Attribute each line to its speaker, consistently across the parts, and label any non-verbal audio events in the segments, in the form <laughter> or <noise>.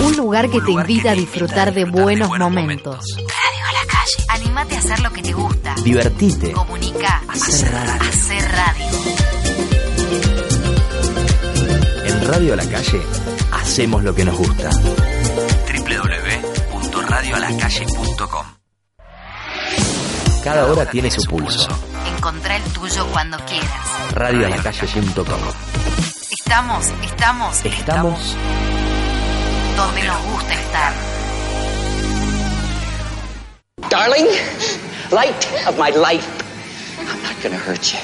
Speaker 1: Un lugar que
Speaker 2: Un
Speaker 1: te
Speaker 2: lugar que
Speaker 1: invita a
Speaker 2: te
Speaker 1: disfrutar de buenos momentos.
Speaker 3: Radio a la calle. Animate a hacer lo que te gusta.
Speaker 2: Divertite.
Speaker 3: Comunica.
Speaker 2: Hacer radio.
Speaker 3: Hacer radio.
Speaker 2: En Radio a la Calle hacemos lo que nos gusta. www.radioalacalle.com Cada hora tiene su pulso.
Speaker 3: Encontrá el tuyo cuando quieras.
Speaker 2: Radioalacalle.com
Speaker 3: Estamos, estamos
Speaker 2: Estamos
Speaker 3: donde nos gusta estar.
Speaker 4: Darling, light of my life, I'm not gonna hurt you.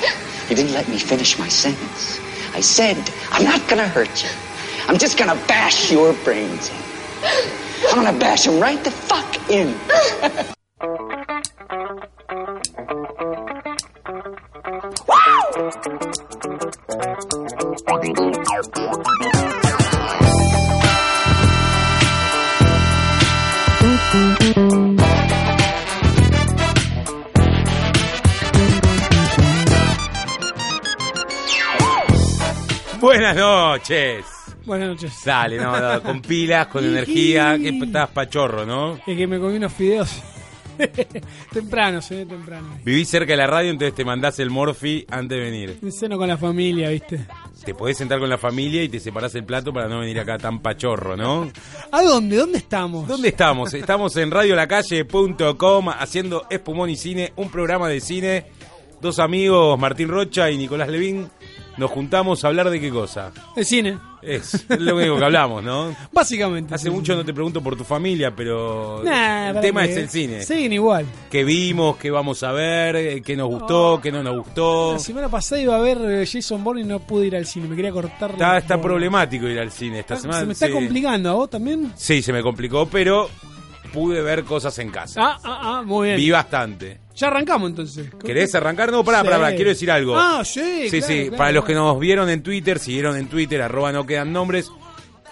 Speaker 4: You didn't let me finish my sentence. I said, I'm not gonna hurt you. I'm just gonna bash your brains in. I'm gonna bash them right the fuck in.
Speaker 5: Buenas noches.
Speaker 6: Buenas noches.
Speaker 5: Dale, no, no, con pilas, con energía. Que estás pachorro, ¿no?
Speaker 6: Es que me comí unos fideos. <laughs> temprano, se ve temprano.
Speaker 5: Vivís cerca de la radio, entonces te mandás el morfi antes de venir.
Speaker 6: Un seno con la familia, ¿viste?
Speaker 5: Te podés sentar con la familia y te separás el plato para no venir acá tan pachorro, ¿no?
Speaker 6: ¿A dónde? ¿Dónde estamos?
Speaker 5: ¿Dónde estamos? Estamos en radiolacalle.com haciendo Espumón y Cine, un programa de cine. Dos amigos, Martín Rocha y Nicolás Levín, nos juntamos a hablar de qué cosa.
Speaker 6: El cine.
Speaker 5: Es lo único que hablamos, ¿no?
Speaker 6: Básicamente.
Speaker 5: Hace mucho no te pregunto por tu familia, pero
Speaker 6: Nah,
Speaker 5: el
Speaker 6: ¿para
Speaker 5: tema
Speaker 6: qué?
Speaker 5: es el cine.
Speaker 6: Siguen igual.
Speaker 5: ¿Qué vimos? ¿Qué vamos a ver? eh, ¿Qué nos gustó? ¿Qué no nos gustó?
Speaker 6: La semana pasada iba a ver eh, Jason Bourne y no pude ir al cine. Me quería cortar.
Speaker 5: Está,
Speaker 6: la-
Speaker 5: está
Speaker 6: Bourne.
Speaker 5: problemático ir al cine esta
Speaker 6: Está-
Speaker 5: semana.
Speaker 6: Ah, Se me está
Speaker 5: sí.
Speaker 6: complicando. ¿A vos también?
Speaker 5: Sí, se me complicó, pero pude ver cosas en casa.
Speaker 6: Ah, ah, ah, muy bien.
Speaker 5: Vi bastante.
Speaker 6: Ya arrancamos entonces.
Speaker 5: ¿Querés arrancar? No, pará,
Speaker 6: Sí.
Speaker 5: pará, pará, quiero decir algo.
Speaker 6: Ah, sí,
Speaker 5: Sí,
Speaker 6: claro,
Speaker 5: sí,
Speaker 6: claro.
Speaker 5: para los que nos vieron en Twitter, siguieron en Twitter, arroba no quedan nombres,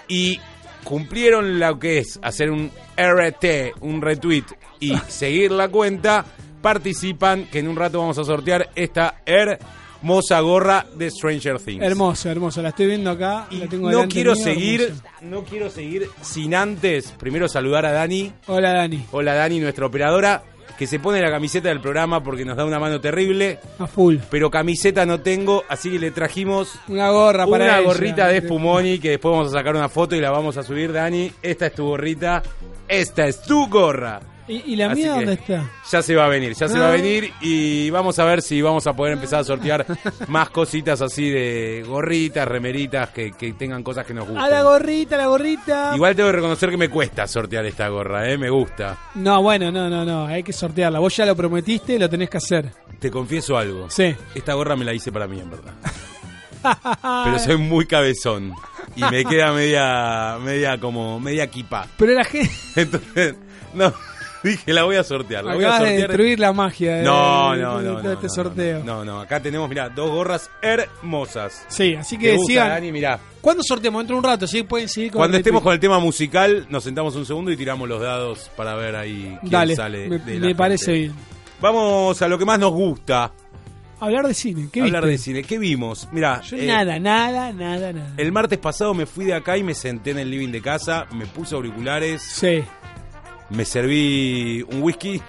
Speaker 5: y cumplieron lo que es hacer un RT, un retweet,
Speaker 6: <laughs>
Speaker 5: y seguir la cuenta, participan, que en un rato vamos a sortear esta hermosa gorra de Stranger Things.
Speaker 6: Hermosa, hermosa. La estoy viendo acá.
Speaker 5: Y
Speaker 6: la tengo
Speaker 5: no
Speaker 6: delante
Speaker 5: quiero
Speaker 6: mío,
Speaker 5: seguir,
Speaker 6: hermosa.
Speaker 5: no quiero seguir sin antes, primero saludar a Dani,
Speaker 6: Hola, Dani.
Speaker 5: hola Dani, nuestra operadora, que se pone la camiseta del programa porque nos da una mano terrible
Speaker 6: A full.
Speaker 5: pero camiseta no tengo, así que le trajimos
Speaker 6: Una gorra para
Speaker 5: una
Speaker 6: ella.
Speaker 5: gorrita de Spumoni que después vamos a sacar una foto y la vamos a subir, Dani. Esta es tu gorrita, esta es tu gorra.
Speaker 6: ¿Y, y la
Speaker 5: Así
Speaker 6: mía
Speaker 5: que
Speaker 6: dónde está?
Speaker 5: Ya se va a venir, ya se va a
Speaker 6: Ah.
Speaker 5: venir y vamos a ver si vamos a poder empezar a
Speaker 6: <laughs>
Speaker 5: sortear más cositas así de gorritas, remeritas, que, que tengan cosas que nos
Speaker 6: A la
Speaker 5: gusten.
Speaker 6: gorrita, a la gorrita.
Speaker 5: Igual tengo que reconocer que me cuesta sortear esta gorra, eh, me gusta.
Speaker 6: No, bueno, no, no, no. Hay que sortearla. Vos ya lo prometiste, lo tenés que hacer. <laughs>
Speaker 5: Te confieso algo.
Speaker 6: Sí.
Speaker 5: Esta gorra me la hice para mí, en verdad.
Speaker 6: Ah.
Speaker 5: Pero soy muy cabezón. Y me queda media, media como, media equipa.
Speaker 6: Pero la gente.
Speaker 5: Entonces, no, <laughs> dije, la voy a sortear, la voy a
Speaker 6: Acabas de
Speaker 5: sortear.
Speaker 6: destruir la magia de,
Speaker 5: no,
Speaker 6: de-
Speaker 5: no,
Speaker 6: de
Speaker 5: no,
Speaker 6: todo
Speaker 5: no,
Speaker 6: este
Speaker 5: no,
Speaker 6: sorteo.
Speaker 5: No, no, no. acá tenemos, mirá, dos gorras hermosas.
Speaker 6: Sí, así
Speaker 5: ¿Te
Speaker 6: que
Speaker 5: gusta,
Speaker 6: sigan.
Speaker 5: Dani? Mirá.
Speaker 6: ¿Cuándo sorteamos? Dentro de un rato, sí, pueden seguir con
Speaker 5: Cuando
Speaker 6: el
Speaker 5: estemos
Speaker 6: retweet.
Speaker 5: con el tema musical, nos sentamos un segundo y tiramos los dados para ver ahí quién
Speaker 6: Dale,
Speaker 5: sale.
Speaker 6: me,
Speaker 5: de la
Speaker 6: me
Speaker 5: gente.
Speaker 6: parece bien.
Speaker 5: Vamos a lo que más nos gusta,
Speaker 6: Hablar de cine, ¿qué
Speaker 5: hablar de
Speaker 6: viste?
Speaker 5: cine. ¿Qué vimos? Mirá,
Speaker 6: Yo
Speaker 5: eh,
Speaker 6: nada, nada, nada, nada.
Speaker 5: el martes pasado me fui de acá y me senté en el living de casa, me puse auriculares.
Speaker 6: Sí.
Speaker 5: me serví un whisky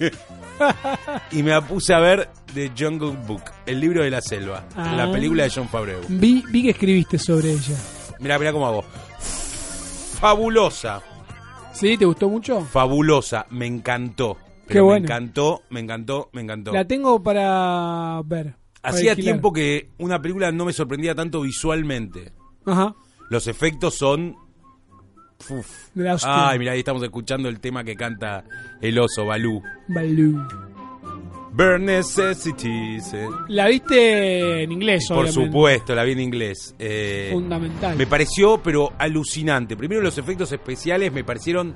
Speaker 5: <laughs> y me puse a ver The Jungle Book, el libro de la selva,
Speaker 6: Ah.
Speaker 5: la película de John Favreau.
Speaker 6: Vi, vi que escribiste sobre ella.
Speaker 5: Mirá, mirá cómo hago. Fabulosa,
Speaker 6: ¿Sí? ¿Te gustó mucho?
Speaker 5: fabulosa, me encantó.
Speaker 6: Qué
Speaker 5: Pero
Speaker 6: bueno.
Speaker 5: Me encantó, me encantó, me encantó.
Speaker 6: La tengo para ver. para
Speaker 5: Hacía
Speaker 6: alquilar.
Speaker 5: tiempo que una película no me sorprendía tanto visualmente.
Speaker 6: Ajá.
Speaker 5: Los efectos son... Uf.
Speaker 6: De la hostia.
Speaker 5: Ay, mirá, ahí estamos escuchando el tema que canta el oso, Balú.
Speaker 6: Balú.
Speaker 5: Bare necessities. eh.
Speaker 6: La viste en inglés,
Speaker 5: Por
Speaker 6: obviamente.
Speaker 5: supuesto, la vi en inglés. Eh,
Speaker 6: Fundamental.
Speaker 5: me pareció, pero alucinante. Primero los efectos especiales me parecieron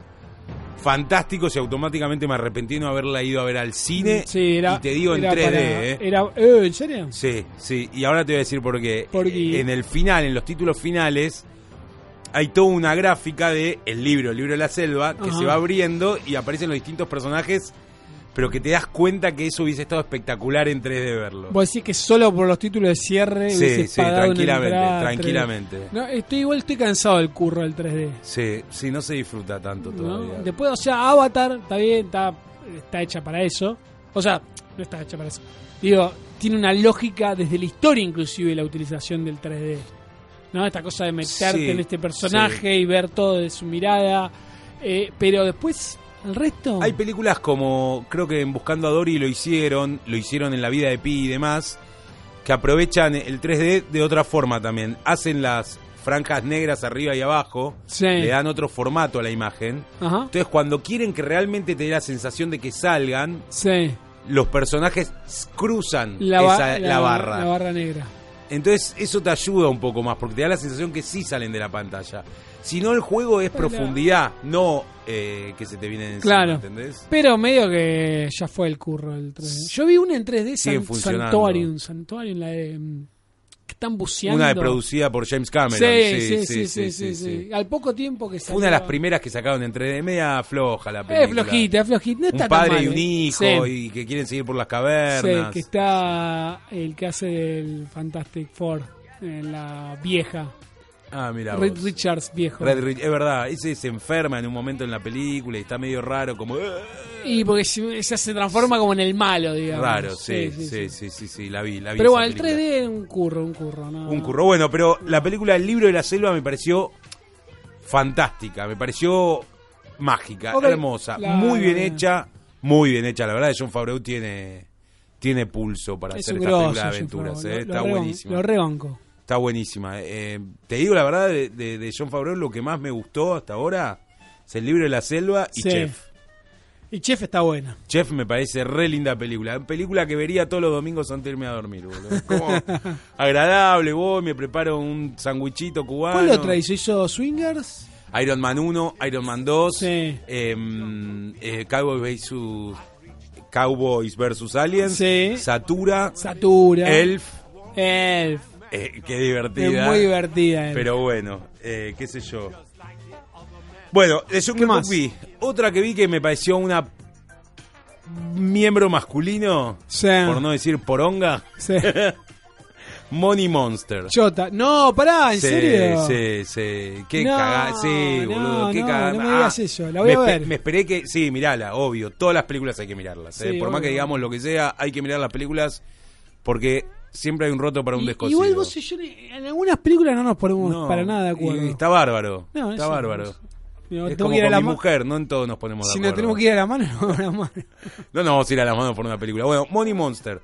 Speaker 5: fantásticos y automáticamente me arrepentí de no haberla ido a ver al cine.
Speaker 6: Mm, Sí, era-
Speaker 5: y te digo en
Speaker 6: era
Speaker 5: 3D,
Speaker 6: para-
Speaker 5: ¿eh?
Speaker 6: era- eh, ¿En serio?
Speaker 5: Sí, sí. Y ahora te voy a decir por qué.
Speaker 6: ¿Por qué?
Speaker 5: En el final, en los títulos finales, hay toda una gráfica de el libro, el libro de la selva, que
Speaker 6: Ajá.
Speaker 5: se va abriendo y aparecen los distintos personajes. pero que te das cuenta que eso hubiese estado espectacular en 3D verlo.
Speaker 6: Vos decís que solo por los títulos de cierre.
Speaker 5: Sí,
Speaker 6: hubiese
Speaker 5: sí,
Speaker 6: pagado en el
Speaker 5: tranquilamente,
Speaker 6: brazo.
Speaker 5: tranquilamente.
Speaker 6: No, estoy igual, estoy cansado del curro del 3D.
Speaker 5: Sí, sí, no se disfruta tanto
Speaker 6: ¿no?
Speaker 5: todavía.
Speaker 6: Después, o sea, Avatar está bien, está, está hecha para eso. O sea, no está hecha para eso. Digo, tiene una lógica desde la historia, inclusive, la utilización del 3D. ¿No? Esta cosa de meterte
Speaker 5: Sí,
Speaker 6: en este personaje y ver todo de su mirada. Eh, pero después, el resto.
Speaker 5: Hay películas como, creo que en Buscando a Dory lo hicieron, lo hicieron en La vida de Pi y demás, que aprovechan el 3D de otra forma también. Hacen las franjas negras arriba y abajo,
Speaker 6: Sí.
Speaker 5: le dan otro formato a la imagen.
Speaker 6: Ajá.
Speaker 5: Entonces cuando quieren que realmente te dé la sensación de que salgan,
Speaker 6: Sí.
Speaker 5: los personajes s- cruzan
Speaker 6: La, ba-
Speaker 5: esa, la, barra.
Speaker 6: La barra negra.
Speaker 5: Entonces eso te ayuda un poco más, porque te da la sensación que sí salen de la pantalla. Si no, el juego es
Speaker 6: Pero-
Speaker 5: profundidad, no eh, que se te vienen encima,
Speaker 6: Claro.
Speaker 5: ¿entendés?
Speaker 6: Pero medio que ya fue el curro del 3D. Yo vi una en 3D,
Speaker 5: Siguen
Speaker 6: San-
Speaker 5: funcionando.
Speaker 6: Santuarium. Santuarium, la de. mm, Que están buceando.
Speaker 5: Una de producida por James Cameron.
Speaker 6: Sí sí sí sí, sí, sí. Al poco tiempo que
Speaker 5: Fue
Speaker 6: salió.
Speaker 5: una de las primeras que sacaron entre de media floja la película.
Speaker 6: Es flojita, es flojita. No
Speaker 5: un
Speaker 6: está tan
Speaker 5: padre
Speaker 6: mal,
Speaker 5: y un
Speaker 6: eh.
Speaker 5: hijo
Speaker 6: Sí,
Speaker 5: y que quieren seguir por las
Speaker 6: sí,
Speaker 5: cavernas.
Speaker 6: que está el que hace del Fantastic Four. en la vieja.
Speaker 5: Ah, mira.
Speaker 6: Red Richards viejo.
Speaker 5: es verdad, ese se enferma en un momento en la película y está medio raro, como "Eh".
Speaker 6: Y porque se, se- se transforma como en el malo, digamos.
Speaker 5: raro, sí, sí, sí, sí, sí, la vi, la vi
Speaker 6: Pero
Speaker 5: esa
Speaker 6: bueno, el
Speaker 5: película.
Speaker 6: 3D es un curro, un curro. No,
Speaker 5: Un curro. Bueno, pero la película El libro de la selva me pareció fantástica, me pareció mágica,
Speaker 6: Ok,
Speaker 5: hermosa,
Speaker 6: la-
Speaker 5: muy bien hecha, muy bien hecha. La verdad, John Favreau tiene, tiene pulso para
Speaker 6: Es
Speaker 5: hacer
Speaker 6: un
Speaker 5: esta
Speaker 6: grosso.
Speaker 5: película de
Speaker 6: John
Speaker 5: aventuras.
Speaker 6: Favreau.
Speaker 5: eh,
Speaker 6: Lo-
Speaker 5: Está
Speaker 6: lo reban-
Speaker 5: buenísima.
Speaker 6: Lo rebanco.
Speaker 5: Está buenísima. Eh, te digo la verdad, de, de- de John Favreau lo que más me gustó hasta ahora es El libro de la selva y
Speaker 6: Sí.
Speaker 5: Chef.
Speaker 6: Y Chef está buena.
Speaker 5: Chef me parece re linda película. Película que vería todos los domingos antes de irme a dormir, boludo.
Speaker 6: <laughs>
Speaker 5: Como agradable, voy, me preparo un sandwichito cubano.
Speaker 6: ¿Cuál otra hizo? ¿Hizo Swingers?
Speaker 5: Iron Man 1, Iron Man 2,
Speaker 6: Sí.
Speaker 5: em, eh, Cowboys vs. Cowboys versus Aliens,
Speaker 6: Sí.
Speaker 5: Satura,
Speaker 6: Satura.
Speaker 5: Elf,
Speaker 6: Elf.
Speaker 5: eh, qué
Speaker 6: Es
Speaker 5: divertida.
Speaker 6: muy divertida. Elf.
Speaker 5: Pero bueno, eh, qué sé yo. Bueno, de Jungle Book
Speaker 6: más?
Speaker 5: vi otra que vi que me pareció una miembro masculino,
Speaker 6: Sí.
Speaker 5: por no decir poronga,
Speaker 6: Sí. <laughs>
Speaker 5: Money Monster.
Speaker 6: Chota. No, pará, ¿en
Speaker 5: Sí,
Speaker 6: serio?
Speaker 5: Sí, sí. Qué
Speaker 6: No,
Speaker 5: cagada. Sí,
Speaker 6: no,
Speaker 5: boludo. Qué
Speaker 6: no,
Speaker 5: cagada.
Speaker 6: no me digas
Speaker 5: Ah,
Speaker 6: eso, la voy
Speaker 5: me
Speaker 6: a
Speaker 5: espe-
Speaker 6: ver.
Speaker 5: Me esperé que. Sí, mirala, obvio. Todas las películas hay que mirarlas. eh.
Speaker 6: Sí,
Speaker 5: Por más
Speaker 6: obvio.
Speaker 5: que digamos lo que sea, hay que mirar las películas porque siempre hay un roto para un
Speaker 6: Y-
Speaker 5: descosido.
Speaker 6: Igual vos y yo en algunas películas no nos ponemos
Speaker 5: No,
Speaker 6: para nada de
Speaker 5: y
Speaker 6: acuerdo.
Speaker 5: Está bárbaro.
Speaker 6: No,
Speaker 5: está
Speaker 6: eso-
Speaker 5: bárbaro.
Speaker 6: Digo,
Speaker 5: Es
Speaker 6: tengo
Speaker 5: como
Speaker 6: que ir a
Speaker 5: con
Speaker 6: la
Speaker 5: mi
Speaker 6: ma-
Speaker 5: mujer, no en todos nos ponemos de
Speaker 6: Si
Speaker 5: acuerdo.
Speaker 6: no tenemos que ir a la mano, <laughs> no vamos a la mano.
Speaker 5: No nos vamos a ir a las manos por una película. Bueno, Money Monster.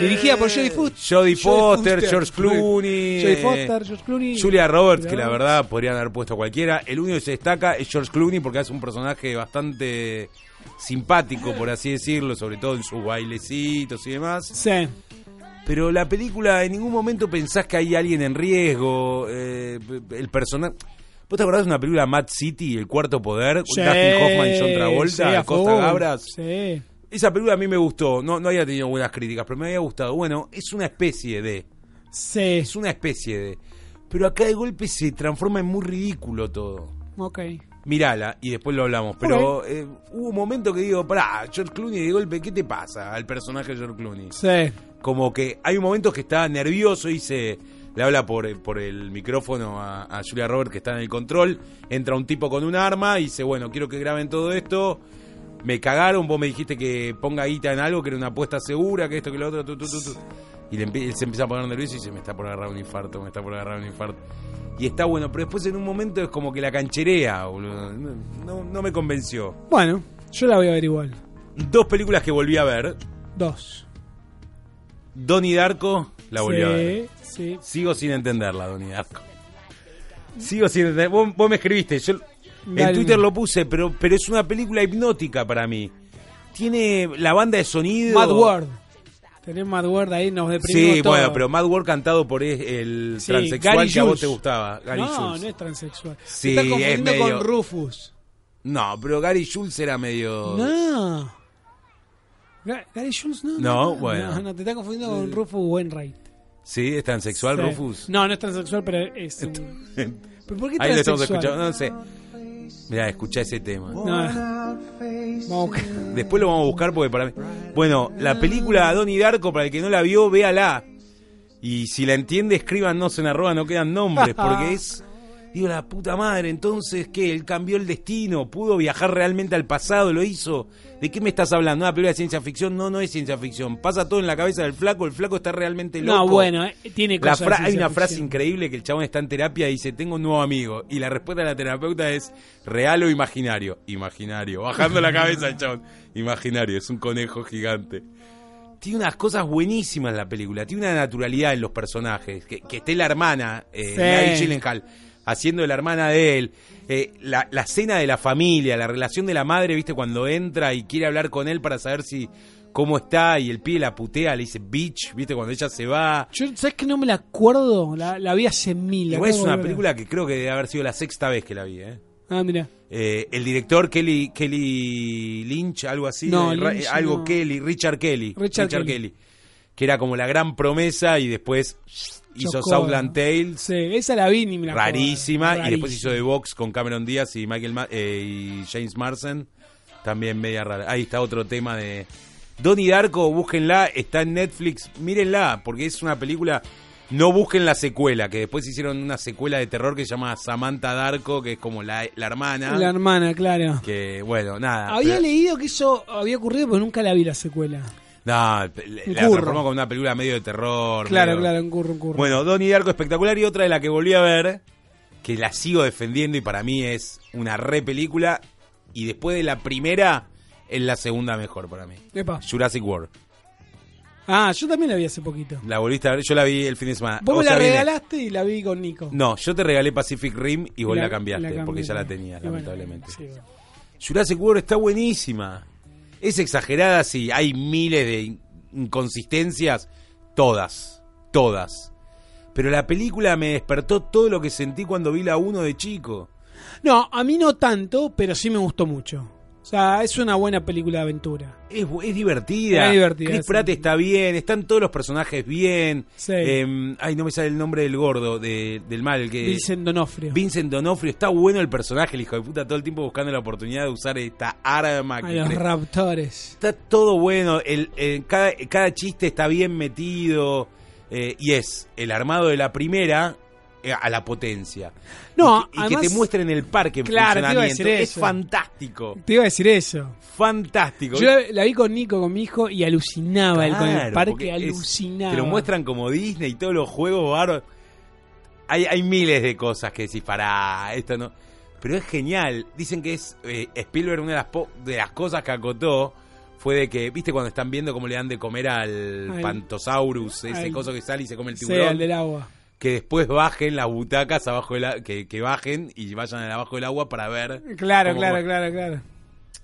Speaker 6: Dirigida por Jodie Foster.
Speaker 5: Jodie Foster, George Clooney.
Speaker 6: Jodie
Speaker 5: eh,
Speaker 6: Foster, George Clooney.
Speaker 5: Julia Roberts, que la
Speaker 6: Roberts.
Speaker 5: verdad podrían haber puesto cualquiera. El único que se destaca es George Clooney porque hace un personaje bastante simpático, por así decirlo, sobre todo en sus bailecitos y demás.
Speaker 6: Sí.
Speaker 5: Pero la película, en ningún momento pensás que hay alguien en riesgo. eh, el personaje. ¿Vos te acordás de una película Mad City, El Cuarto Poder?
Speaker 6: Sí,
Speaker 5: Dustin Hoffman y John Travolta,
Speaker 6: sí, a
Speaker 5: Costa
Speaker 6: full.
Speaker 5: Gabras.
Speaker 6: Sí.
Speaker 5: Esa película a mí me gustó. No, no había tenido buenas críticas, pero me había gustado. Bueno, es una especie de.
Speaker 6: Sí.
Speaker 5: Es una especie de. Pero acá de golpe se transforma en muy ridículo todo.
Speaker 6: Ok.
Speaker 5: Mirala y después lo hablamos. Pero eh, hubo un momento que digo, pará, George Clooney, de golpe, ¿qué te pasa al personaje de George Clooney?
Speaker 6: Sí.
Speaker 5: Como que hay un momento que está nervioso y se. Le habla por, por el micrófono a, a Julia Roberts, que está en el control. Entra un tipo con un arma y dice, bueno, quiero que graben todo esto. Me cagaron, vos me dijiste que ponga guita en algo, que era una apuesta segura, que esto, que lo otro, tu, tu, tu, tu". Y le empie- él se empieza a poner nervioso y se me está por agarrar un infarto, me está por agarrar un infarto. Y está bueno, pero después en un momento es como que la cancherea, boludo. No, no- no me convenció.
Speaker 6: Bueno, yo la voy a ver igual.
Speaker 5: Dos películas que volví a ver.
Speaker 6: Dos.
Speaker 5: Donnie Darko, la eh. volví
Speaker 6: sí,
Speaker 5: a ver.
Speaker 6: Sí.
Speaker 5: Sigo sin entenderla, Donnie Darko. Sigo sin entender. Vos, vos me escribiste, yo
Speaker 6: Dale.
Speaker 5: en Twitter lo puse, pero, pero es una película hipnótica para mí. Tiene la banda de sonido.
Speaker 6: Mad World. Tenés Mad World ahí, nos deprimimos
Speaker 5: Sí,
Speaker 6: todo.
Speaker 5: bueno, pero Mad World cantado por e- el
Speaker 6: Sí,
Speaker 5: transexual
Speaker 6: Gary
Speaker 5: que a vos
Speaker 6: Jules.
Speaker 5: te gustaba. Gary
Speaker 6: no,
Speaker 5: Jules.
Speaker 6: no es transexual. Te
Speaker 5: Sí,
Speaker 6: estás
Speaker 5: es
Speaker 6: confundiendo
Speaker 5: medio-
Speaker 6: con Rufus.
Speaker 5: No, pero Gary Jules era medio.
Speaker 6: No. Ga- Gary Jules no.
Speaker 5: No, bueno.
Speaker 6: No, no, te estás confundiendo con Rufus Wainwright.
Speaker 5: Sí, es transexual,
Speaker 6: Sí.
Speaker 5: Rufus. <laughs>
Speaker 6: No, no es transexual, pero es. un- ¿Pero por qué
Speaker 5: Ahí lo estamos
Speaker 6: transexual?
Speaker 5: escuchando, no sé. Mirá, escuchá ese tema.
Speaker 6: No, eh. Vamos a buscar.
Speaker 5: Después lo vamos a buscar porque para mí. Bueno, la película Donnie Darko, para el que no la vio, véala. Y si la entiende, escríbanos en arroba, no quedan nombres,
Speaker 6: <laughs>
Speaker 5: porque es. Digo, la puta madre, entonces, ¿qué? Él cambió el destino, pudo viajar realmente al pasado, lo hizo. ¿De qué me estás hablando? ¿Una película de ciencia ficción? No, no es ciencia ficción. Pasa todo en la cabeza del flaco, el flaco está realmente loco.
Speaker 6: No, bueno, eh, tiene
Speaker 5: La
Speaker 6: cosas.
Speaker 5: fra-
Speaker 6: de
Speaker 5: hay una
Speaker 6: ciencia
Speaker 5: frase
Speaker 6: ficción.
Speaker 5: increíble que el chabón está en terapia y dice, tengo un nuevo amigo. Y la respuesta de la terapeuta es, ¿real o imaginario? Imaginario. Bajando la cabeza el chabón. Imaginario, es un conejo gigante. Tiene unas cosas buenísimas la película. Tiene una naturalidad en los personajes. Que, que esté la hermana, eh,
Speaker 6: Sí.
Speaker 5: Maggie Gyllenhaal, haciendo de la hermana de él. Eh, la, la cena de la familia, la relación de la madre, viste, cuando entra y quiere hablar con él para saber si... ¿Cómo está? Y el pie la putea, le dice bitch, ¿viste? Cuando ella se va.
Speaker 6: Yo, ¿Sabes que no me la acuerdo? La, la vi hace mil. la
Speaker 5: Igual es
Speaker 6: acabo de
Speaker 5: una
Speaker 6: ver.
Speaker 5: película que creo que debe haber sido la sexta vez que la vi, ¿eh?
Speaker 6: Ah, mira.
Speaker 5: Eh, el director Kelly Kelly Lynch, algo así,
Speaker 6: No,
Speaker 5: eh, ra-
Speaker 6: Lynch
Speaker 5: eh, algo
Speaker 6: no.
Speaker 5: Kelly, Richard Kelly,
Speaker 6: Richard Kelly.
Speaker 5: Kelly. que era como la gran promesa y después hizo
Speaker 6: Chocó,
Speaker 5: Southland
Speaker 6: ¿no?
Speaker 5: Tales,
Speaker 6: Sí, esa la vi ni me la acuerdo.
Speaker 5: rarísima, y después hizo
Speaker 6: Rarísima.
Speaker 5: The Box con Cameron Díaz y Michael Ma- eh, y James Marsden, también media rara. Ahí está otro tema de Donnie Darko, búsquenla, está en Netflix, mírenla, porque es una película no busquen la secuela, que después hicieron una secuela de terror que se llama Samantha Darko, que es como la, la hermana.
Speaker 6: La hermana, claro.
Speaker 5: que bueno, nada.
Speaker 6: Había
Speaker 5: pero-
Speaker 6: leído que eso había ocurrido, pero nunca la vi la secuela.
Speaker 5: No, le-
Speaker 6: Un
Speaker 5: la
Speaker 6: curro.
Speaker 5: transformó como una película medio de terror.
Speaker 6: Claro,
Speaker 5: medio-
Speaker 6: claro, un curro, un curro.
Speaker 5: Bueno, Donnie Darko espectacular y otra de la que volví a ver, que la sigo defendiendo y para mí es una re película. Y después de la primera, es la segunda mejor para mí.
Speaker 6: Epa.
Speaker 5: Jurassic World.
Speaker 6: Ah, yo también la vi hace poquito.
Speaker 5: La volviste a ver, yo la vi el fin de semana.
Speaker 6: Vos
Speaker 5: O
Speaker 6: me la
Speaker 5: sea, viene-
Speaker 6: regalaste y la vi con Nico.
Speaker 5: No, yo te regalé Pacific Rim y vos la, cambiaste,
Speaker 6: la
Speaker 5: porque
Speaker 6: cambié.
Speaker 5: ya la tenías,
Speaker 6: Y bueno,
Speaker 5: lamentablemente.
Speaker 6: sí, bueno.
Speaker 5: Jurassic World está buenísima. Es exagerada, sí. Hay miles de in- inconsistencias. Todas. Todas. Pero la película me despertó todo lo que sentí cuando vi la 1 de chico.
Speaker 6: No, a mí no tanto, pero sí me gustó mucho. O sea, es una buena película de aventura.
Speaker 5: Es, bu- es divertida.
Speaker 6: Es divertida,
Speaker 5: Chris
Speaker 6: sí.
Speaker 5: Pratt está bien. Están todos los personajes bien.
Speaker 6: Sí.
Speaker 5: Em, ay, no me sale el nombre del gordo, de- del mal. Que,
Speaker 6: Dicen Donofrio.
Speaker 5: Eh, Vincent Donofrio. Está bueno el personaje, el hijo de puta. Todo el tiempo buscando la oportunidad de usar esta arma.
Speaker 6: A
Speaker 5: que
Speaker 6: los
Speaker 5: cre-
Speaker 6: raptores.
Speaker 5: Está todo bueno, el, el- cada, cada chiste está bien metido eh, y es el armado de la primera eh, a la potencia.
Speaker 6: No,
Speaker 5: y, que- y
Speaker 6: además-
Speaker 5: que te muestren el parque en
Speaker 6: Claro, te iba a decir
Speaker 5: funcionamiento. Es
Speaker 6: eso.
Speaker 5: fantástico,
Speaker 6: Te iba a decir eso.
Speaker 5: fantástico.
Speaker 6: Yo la, la vi con Nico, con mi hijo, y alucinaba él con el
Speaker 5: Claro,
Speaker 6: parque,
Speaker 5: porque es-
Speaker 6: alucinaba.
Speaker 5: Te lo muestran como Disney y todos los juegos bárbaros. Hay, hay miles de cosas que decís, pará, esto no. Pero es genial. Dicen que es eh, Spielberg, una de las, po- de las cosas que acotó fue de que, viste, cuando están viendo cómo le dan de comer al,
Speaker 6: Al-
Speaker 5: Pantosaurus, ese
Speaker 6: al-
Speaker 5: coso que sale y se come el
Speaker 6: Sí, al
Speaker 5: tiburón,
Speaker 6: del agua.
Speaker 5: que después bajen las butacas abajo de la, que, que bajen y vayan abajo del agua para ver.
Speaker 6: Claro,
Speaker 5: cómo-
Speaker 6: claro, claro, claro.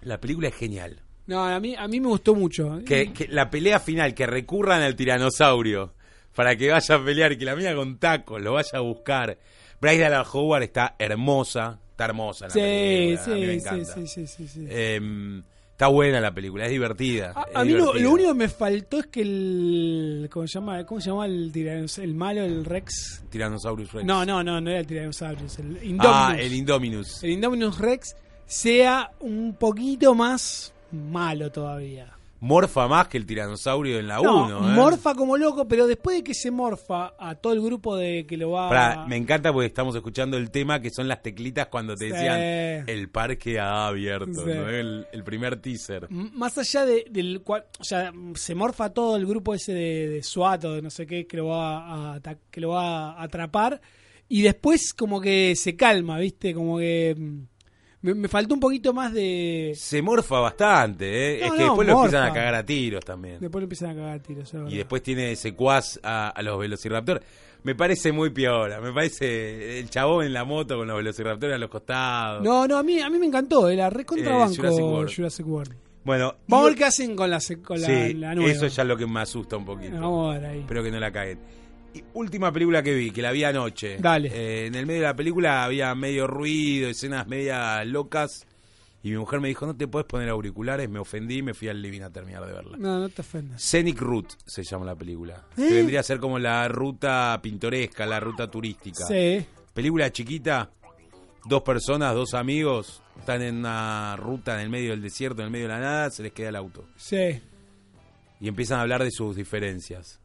Speaker 5: La película es genial.
Speaker 6: No, a mí, a mí me gustó mucho.
Speaker 5: Que, que la pelea final, que recurran al tiranosaurio para que vaya a pelear, que la mía con tacos, lo vaya a buscar. Bryce Dallas Howard está hermosa, está hermosa. en la
Speaker 6: Sí,
Speaker 5: película, a mí me
Speaker 6: sí, sí,
Speaker 5: encanta.
Speaker 6: sí, sí, sí, sí.
Speaker 5: Em, está buena la película, es divertida.
Speaker 6: A,
Speaker 5: es
Speaker 6: a mí lo,
Speaker 5: divertida.
Speaker 6: lo único que me faltó es que el. ¿Cómo se llama? ¿Cómo se llama el tiranos- El malo, el Rex.
Speaker 5: Tyrannosaurus Rex.
Speaker 6: No, no, no, no era el Tyrannosaurus. El Indominus.
Speaker 5: Ah, el
Speaker 6: el,
Speaker 5: Indominus.
Speaker 6: Indominus Rex sea un poquito más malo todavía.
Speaker 5: Morfa más que el tiranosaurio en la ¿eh? 1.
Speaker 6: no, morfa como loco, pero después de que se morfa a todo el grupo de que lo va.
Speaker 5: Pará, me encanta porque estamos escuchando el tema que son las teclitas cuando te
Speaker 6: Sí.
Speaker 5: decían el parque ha abierto,
Speaker 6: Sí.
Speaker 5: ¿no? el, el primer teaser.
Speaker 6: M- Más allá de- del cual, o sea, se morfa todo el grupo ese de, de SWAT o de no sé qué que lo va a, ata- que lo va a atrapar y después como que se calma, ¿viste? Como que mm, me, me faltó un poquito más de
Speaker 5: Se morfa bastante, ¿eh?
Speaker 6: No,
Speaker 5: es que
Speaker 6: no,
Speaker 5: después lo
Speaker 6: morfa.
Speaker 5: empiezan a cagar a tiros también.
Speaker 6: después lo empiezan a cagar tiros, es verdad.
Speaker 5: Y después tiene secuaz a, a los velociraptor. Me parece muy piora, me parece el chabón en la moto con los velociraptores a los costados.
Speaker 6: No, no, a mí a mí me encantó, era recontrabanco
Speaker 5: Eh, Jurassic World.
Speaker 6: Jurassic World.
Speaker 5: Bueno,
Speaker 6: Vamos a
Speaker 5: y-
Speaker 6: ver qué hacen con la, sec- con la,
Speaker 5: sí,
Speaker 6: la nueva.
Speaker 5: eso ya es lo que me asusta un poquito.
Speaker 6: Vamos a ver ahí.
Speaker 5: Espero que no la caguen. Y última película que vi, que la vi anoche.
Speaker 6: Dale.
Speaker 5: Eh, en el medio de la película había medio ruido, escenas media locas. Y mi mujer me dijo, no te puedes poner auriculares. Me ofendí y me fui al living a terminar de verla.
Speaker 6: No, no te ofendas.
Speaker 5: Scenic Route se llama la película. Que
Speaker 6: ¿Eh?
Speaker 5: vendría a ser como la ruta pintoresca, la ruta turística.
Speaker 6: Sí.
Speaker 5: Película chiquita dos personas, dos amigos, están en una ruta en el medio del desierto, en el medio de la nada, se les queda el auto.
Speaker 6: Sí.
Speaker 5: Y empiezan a hablar de sus diferencias.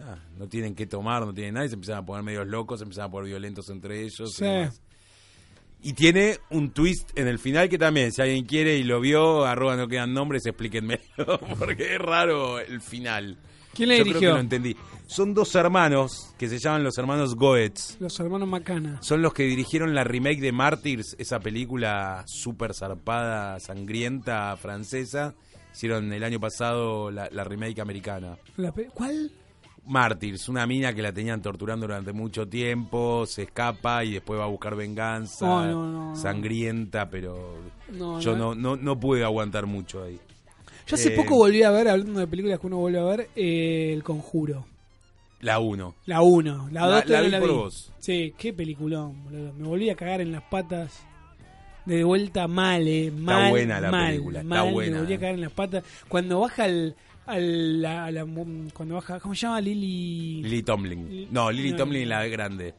Speaker 5: Ah, no tienen qué tomar, no tienen nada, y se empiezan a poner medios locos, se empiezan a poner violentos entre ellos.
Speaker 6: Sí.
Speaker 5: Y, demás. Y tiene un twist en el final que también, si alguien quiere y lo vio, arroba no quedan nombres, explíquenmelo, <laughs> porque es raro el final.
Speaker 6: ¿Quién le
Speaker 5: Yo
Speaker 6: dirigió?
Speaker 5: creo que lo entendí. Son dos hermanos que se llaman los hermanos Goetz.
Speaker 6: Los hermanos Macana.
Speaker 5: Son los que dirigieron la remake de Martyrs, esa película súper zarpada, sangrienta, francesa. Hicieron el año pasado la, la remake americana.
Speaker 6: La pe- ¿Cuál?
Speaker 5: Martyrs, una mina que la tenían torturando durante mucho tiempo, se escapa y después va a buscar venganza,
Speaker 6: Oh, No, no, no, no.
Speaker 5: sangrienta, pero
Speaker 6: No,
Speaker 5: yo
Speaker 6: no.
Speaker 5: no, no, no pude aguantar mucho ahí.
Speaker 6: Yo hace
Speaker 5: Eh,
Speaker 6: poco volví a ver, hablando de películas que uno vuelve a ver, eh, El Conjuro.
Speaker 5: La 1.
Speaker 6: La 1. La
Speaker 5: La-
Speaker 6: 2
Speaker 5: la
Speaker 6: todavía
Speaker 5: vi
Speaker 6: no la,
Speaker 5: por
Speaker 6: vi.
Speaker 5: vos.
Speaker 6: Sí, qué peliculón, boludo. Me volví a cagar en las patas. De vuelta mal, eh. Mal,
Speaker 5: buena la
Speaker 6: mal,
Speaker 5: película, está
Speaker 6: mal,
Speaker 5: buena.
Speaker 6: Me volví a cagar en las patas. Cuando baja al... al la- a la mu- cuando baja... ¿Cómo se llama? Lily...
Speaker 5: Lily Tomlin.
Speaker 6: Li-
Speaker 5: No, Lily
Speaker 6: no,
Speaker 5: Tomlin
Speaker 6: no.
Speaker 5: la grande.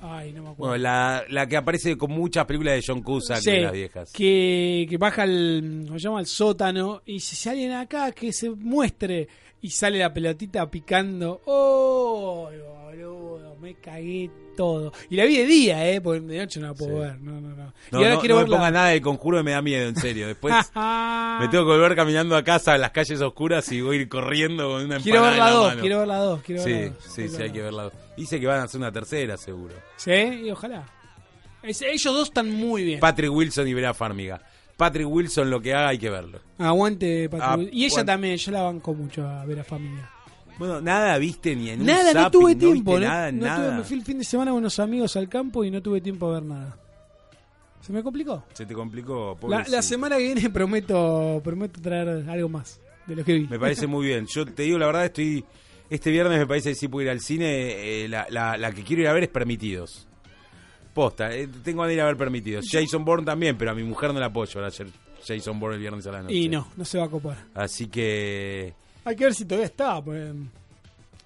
Speaker 6: Ay, no me acuerdo.
Speaker 5: Bueno, la, la que aparece con muchas películas de John Cusack
Speaker 6: Sí,
Speaker 5: de las viejas.
Speaker 6: Que, que baja al, ¿cómo se llama? al sótano y si salen acá, que se muestre. Y sale la pelotita picando. ¡Oh, boludo! Me cagué todo. Y la vi de día, ¿eh? Porque de noche no la puedo
Speaker 5: Sí.
Speaker 6: ver. No, no, no.
Speaker 5: No,
Speaker 6: y ahora
Speaker 5: no,
Speaker 6: quiero
Speaker 5: no
Speaker 6: ver
Speaker 5: me ponga nada de conjuro que me da miedo, en serio.
Speaker 6: <laughs>
Speaker 5: Después me
Speaker 6: Me
Speaker 5: tengo que volver caminando a casa a las calles oscuras y voy a ir corriendo con una empanada
Speaker 6: Quiero ver la
Speaker 5: en la
Speaker 6: 2,
Speaker 5: mano.
Speaker 6: quiero ver la 2, quiero ver
Speaker 5: Sí,
Speaker 6: la dos,
Speaker 5: sí,
Speaker 6: quiero
Speaker 5: sí,
Speaker 6: ver
Speaker 5: hay
Speaker 6: la
Speaker 5: que
Speaker 6: dos.
Speaker 5: verla. Dice que van a hacer una tercera, seguro.
Speaker 6: Sí, y ojalá. Es- ellos dos están muy bien.
Speaker 5: Patrick Wilson y Vera Farmiga. Patrick Wilson, lo que haga, hay que verlo.
Speaker 6: Aguante, Patrick.
Speaker 5: Ah,
Speaker 6: y ella
Speaker 5: bueno.
Speaker 6: también, yo la banco mucho a ver a familia.
Speaker 5: Bueno, nada viste ni en un
Speaker 6: Nada, no
Speaker 5: zapping,
Speaker 6: tuve tiempo.
Speaker 5: viste
Speaker 6: No,
Speaker 5: nada,
Speaker 6: no
Speaker 5: nada.
Speaker 6: Tuve, me fui el fin de semana con unos amigos al campo y no tuve tiempo a ver nada. ¿Se me complicó?
Speaker 5: Se te complicó,
Speaker 6: La,
Speaker 5: pobrecito.
Speaker 6: la semana que viene <laughs> prometo prometo traer algo más de lo que vi.
Speaker 5: Me parece muy bien. Yo te digo la verdad, estoy. Este viernes me parece que sí puedo ir al cine. eh, la, la- la que quiero ir a ver es Permitidos. Posta, eh, tengo ganas de ir a ver Permitidos. Jason Bourne también, pero a mi mujer no la apoyo ahora ayer Jason Bourne el viernes a la noche.
Speaker 6: y no, no se va a copar.
Speaker 5: Así que.
Speaker 6: Hay que ver si todavía está. pues.
Speaker 5: ¿Eh?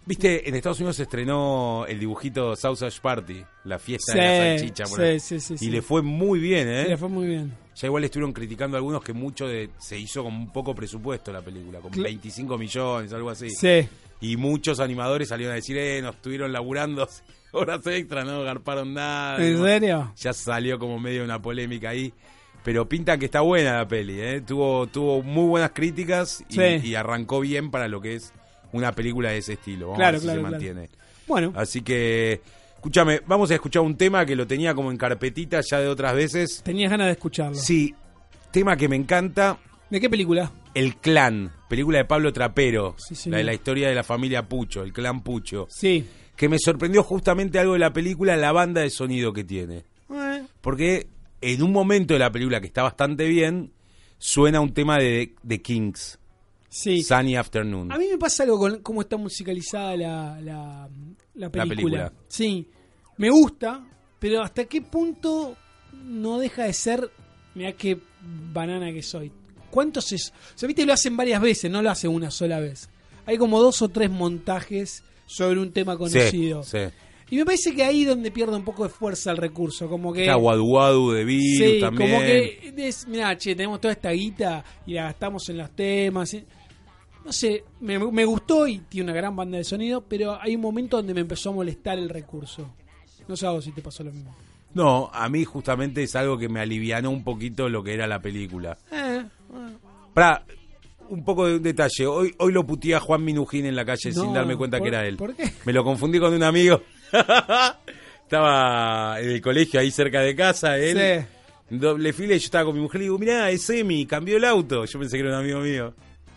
Speaker 5: Viste, en Estados Unidos se estrenó el dibujito Sausage Party, la fiesta
Speaker 6: Sí,
Speaker 5: de la salchicha. por
Speaker 6: sí,
Speaker 5: ahí.
Speaker 6: sí, sí,
Speaker 5: y
Speaker 6: sí.
Speaker 5: le fue muy bien, ¿eh?
Speaker 6: Sí, le fue muy bien.
Speaker 5: Ya igual estuvieron criticando a algunos que mucho de, se hizo con un poco presupuesto la película, con
Speaker 6: Cla-
Speaker 5: 25 millones, algo así.
Speaker 6: Sí.
Speaker 5: Y muchos animadores salieron a decir, eh, nos estuvieron laburando <laughs> horas extra, no garparon nada.
Speaker 6: ¿En serio?
Speaker 5: Ya salió como medio una polémica ahí. Pero pintan que está buena la peli, ¿eh? Tuvo, tuvo muy buenas críticas y,
Speaker 6: Sí.
Speaker 5: y arrancó bien para lo que es una película de ese estilo. Vamos
Speaker 6: Claro,
Speaker 5: a ver si
Speaker 6: claro,
Speaker 5: se
Speaker 6: claro.
Speaker 5: mantiene.
Speaker 6: Bueno,
Speaker 5: Así que, escúchame, vamos a escuchar un tema que lo tenía como en carpetita ya de otras veces.
Speaker 6: tenías ganas de escucharlo.
Speaker 5: Sí, tema que me encanta,
Speaker 6: ¿De qué película?
Speaker 5: El Clan, película de Pablo Trapero,
Speaker 6: Sí, señor.
Speaker 5: la de la historia de la familia Pucho, el Clan Pucho,
Speaker 6: Sí.
Speaker 5: que me sorprendió justamente algo de la película, la banda de sonido que tiene.
Speaker 6: Eh,
Speaker 5: Porque en un momento de la película que está bastante bien, suena un tema de The Kings,
Speaker 6: Sí.
Speaker 5: Sunny Afternoon.
Speaker 6: A mí me pasa algo con cómo está musicalizada la, la, la película.
Speaker 5: película.
Speaker 6: Sí, me gusta, pero hasta qué punto no deja de ser, mira qué banana que soy. ¿Cuántos es? O sea, viste, lo hacen varias veces, no lo hacen una sola vez. Hay como dos o tres montajes sobre un tema
Speaker 5: Sí,
Speaker 6: conocido. Eh,
Speaker 5: sí.
Speaker 6: Y me parece que ahí es donde pierde un poco de fuerza el recurso, como que...
Speaker 5: Está Wadu Wadu de Virus
Speaker 6: Sí,
Speaker 5: también.
Speaker 6: como que es, mirá, che, tenemos toda esta guita y la gastamos en los temas. eh. No sé, me, me gustó y tiene una gran banda de sonido, pero hay un momento donde me empezó a molestar el recurso. No sé a vos si te pasó lo mismo.
Speaker 5: No, a mí justamente es algo que me alivianó un poquito lo que era la película.
Speaker 6: Eh,
Speaker 5: Para un poco de un detalle. Hoy, hoy lo puteé a Juan Minujín en la calle
Speaker 6: No,
Speaker 5: sin darme cuenta
Speaker 6: ¿por-
Speaker 5: que era él.
Speaker 6: por qué?
Speaker 5: Me lo confundí con un amigo. <laughs> estaba en el colegio ahí cerca de casa, él. Doble fila y yo estaba con mi mujer y le digo, mirá, es Emi, cambió el auto. Yo pensé que era un amigo mío.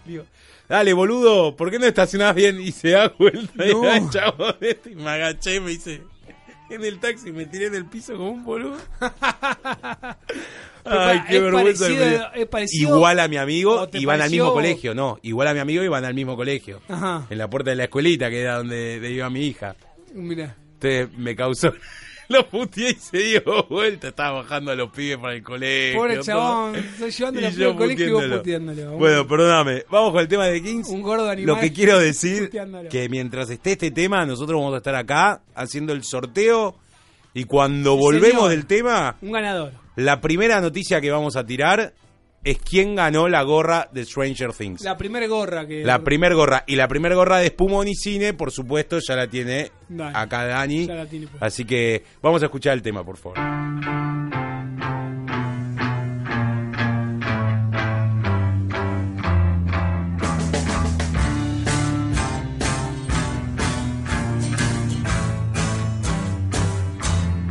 Speaker 5: Digo, dale, boludo, ¿por qué no estacionás bien? Y se da vuelta
Speaker 6: No.
Speaker 5: y era el chabón este, y me agaché y me hice en el taxi, me tiré en el piso como un
Speaker 6: <laughs>
Speaker 5: boludo. Ay,
Speaker 6: pa-
Speaker 5: qué
Speaker 6: es
Speaker 5: vergüenza. que me
Speaker 6: parecido-
Speaker 5: dio.
Speaker 6: es parecido-
Speaker 5: igual a mi amigo
Speaker 6: ¿O te
Speaker 5: y van al
Speaker 6: pareció-
Speaker 5: mismo colegio, no, igual a mi amigo y van al mismo colegio.
Speaker 6: Ajá.
Speaker 5: En la puerta de la escuelita, que era donde de iba mi hija.
Speaker 6: Mira.
Speaker 5: Entonces me causó. <laughs> Lo puteé y se dio vuelta. Estaba bajando a los pibes para el colegio.
Speaker 6: Pobre
Speaker 5: todo.
Speaker 6: chabón, estoy llevando
Speaker 5: Y
Speaker 6: los pibes
Speaker 5: yo
Speaker 6: al colegio y vos
Speaker 5: puteándolo.
Speaker 6: puteándolo.
Speaker 5: Bueno, perdóname. Vamos con el tema de Kings.
Speaker 6: Un gordo animal
Speaker 5: Lo que quiero decir
Speaker 6: puteándolo.
Speaker 5: que mientras esté este tema, nosotros vamos a estar acá haciendo el sorteo Y cuando
Speaker 6: Sí,
Speaker 5: volvemos
Speaker 6: señor.
Speaker 5: del tema,
Speaker 6: Un ganador.
Speaker 5: la primera noticia que vamos a tirar es quién ganó la gorra de Stranger Things. La,
Speaker 6: La primera gorra que.
Speaker 5: primer gorra. Y la primer gorra de Espumón y Cine, por supuesto, ya la tiene
Speaker 6: Dani.
Speaker 5: acá Dani.
Speaker 6: Ya la tiene pues. puesta.
Speaker 5: Así que vamos a escuchar el tema, por favor.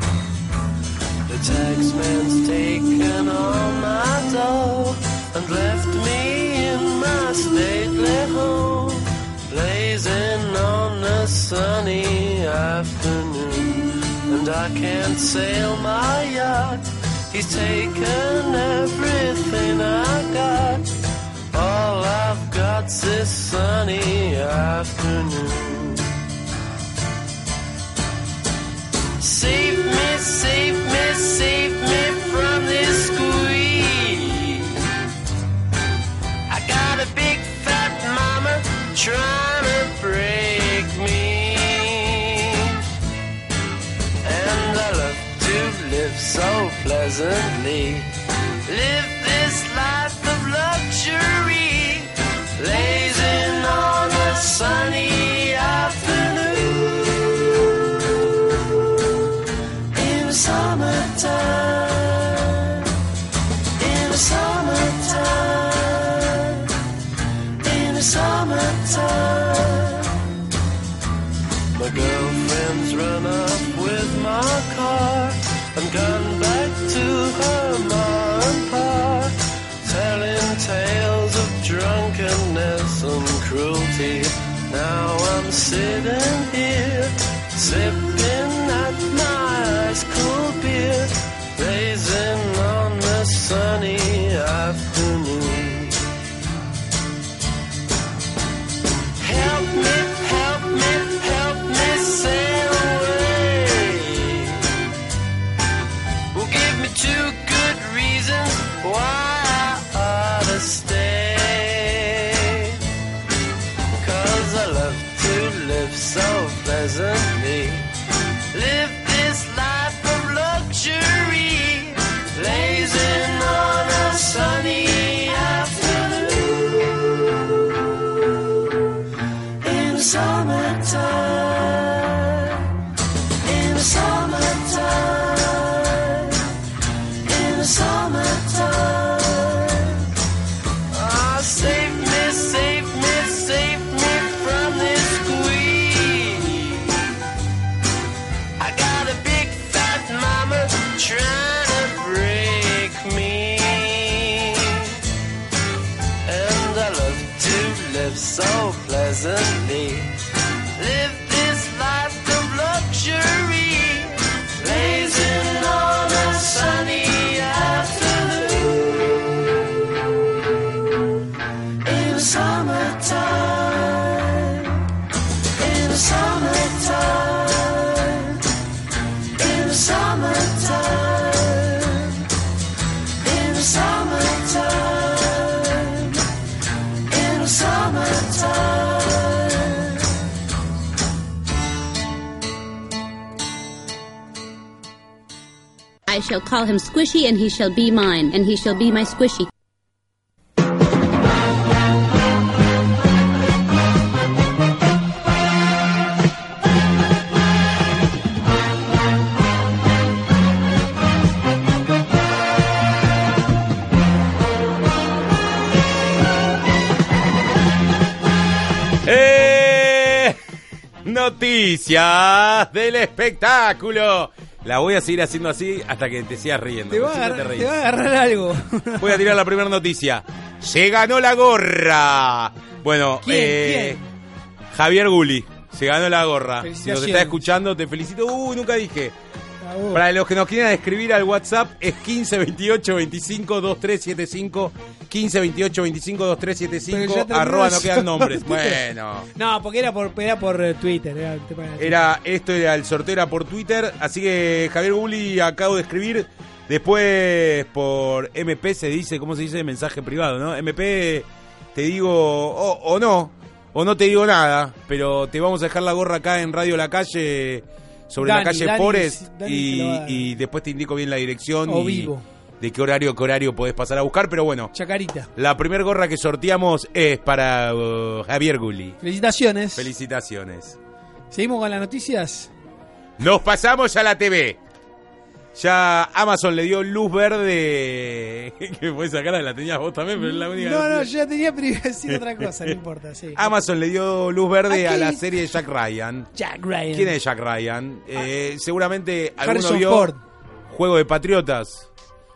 Speaker 7: The taxman's taken all my dough and left me in my stately home, blazing on a sunny afternoon. And I can't sail my yacht. He's taken everything I got. All I've got's this sunny afternoon. Save me, save me, save me from this squeeze. I got a big fat mama trying to break me. And I love to live so pleasantly. Live this life of luxury, blazing on a sunny afternoon in the summertime. In the summertime. In the summertime. My girlfriend's run up with my car. I'm gone back to her mom and pa, telling tales of drunkenness and cruelty. Now I'm sitting here, sipping at my ice cold beer, blazing on the sunny afternoon. Help me, help me, help me sail away. Well, give me two good reasons why I ought to stay. Cause I love to live so pleasantly. Live this life of luxury, blazing on a sunny afternoon in the summertime. In the summertime. In the summertime. Ah, save me, save me, save me from this squeeze. I got a big fat mama trying to break me. And I love to live so pleasantly. Live this life of luxury, blazing on a sunny afternoon. In the summertime, in the summertime, in the summertime, in the summertime in the summertime.
Speaker 8: I shall call him Squishy, and he shall be mine, and he shall be my Squishy.
Speaker 5: ¡Eh! Noticias del espectáculo. La voy a seguir haciendo así hasta que te sigas riendo.
Speaker 6: Te va,
Speaker 5: Siempre
Speaker 6: a
Speaker 5: te
Speaker 6: agarrar,
Speaker 5: reís.
Speaker 6: te va a agarrar <laughs> algo.
Speaker 5: Voy a tirar la primera noticia. Se ganó la gorra. Bueno,
Speaker 6: ¿Quién?
Speaker 5: eh, Javier Guli. Se ganó la gorra. Si nos
Speaker 6: Felicitaciones.
Speaker 5: está escuchando, te felicito. Uy, nunca dije. Para los que nos quieran escribir al WhatsApp es 15 28 25 2375 15 28 25
Speaker 6: Pero ya
Speaker 5: 2375
Speaker 6: terminó
Speaker 5: arroba
Speaker 6: eso.
Speaker 5: no quedan
Speaker 6: <laughs>
Speaker 5: nombres. Bueno.
Speaker 6: No, porque era por, era por eh, Twitter. Era, el tema de Twitter.
Speaker 5: Era, esto era el sorteo era por Twitter, así que Javier Guli acabo de escribir. Después por MP se dice, ¿cómo se dice? Mensaje privado, ¿no? MP te digo o, o no, o no te digo nada, pero te vamos a dejar la gorra acá en Radio La Calle sobre
Speaker 6: Dani,
Speaker 5: la calle
Speaker 6: Dani,
Speaker 5: Forest
Speaker 6: Dani
Speaker 5: y,
Speaker 6: te lo va a dar.
Speaker 5: y después te indico bien la dirección
Speaker 6: O
Speaker 5: y
Speaker 6: vivo.
Speaker 5: de qué horario, qué horario podés pasar a buscar, pero bueno,
Speaker 6: Chacarita.
Speaker 5: la primer gorra que sorteamos es para uh, Javier Gulli.
Speaker 6: Felicitaciones.
Speaker 5: Felicitaciones.
Speaker 6: Seguimos con las noticias.
Speaker 5: Nos pasamos a la TV. Ya Amazon le dio luz verde. <laughs> que fue esa cara, la tenías vos también, pero es la única.
Speaker 6: No, no, yo ya tenía pero iba a
Speaker 5: <laughs>
Speaker 6: decir otra cosa, no importa, sí.
Speaker 5: Amazon le dio luz verde a
Speaker 6: Aquí-
Speaker 5: la serie de Jack Ryan.
Speaker 6: Jack Ryan.
Speaker 5: ¿Quién es Jack Ryan? Eh, seguramente alguno
Speaker 6: Ah. Harrison
Speaker 5: vio
Speaker 6: Ford.
Speaker 5: Juego de Patriotas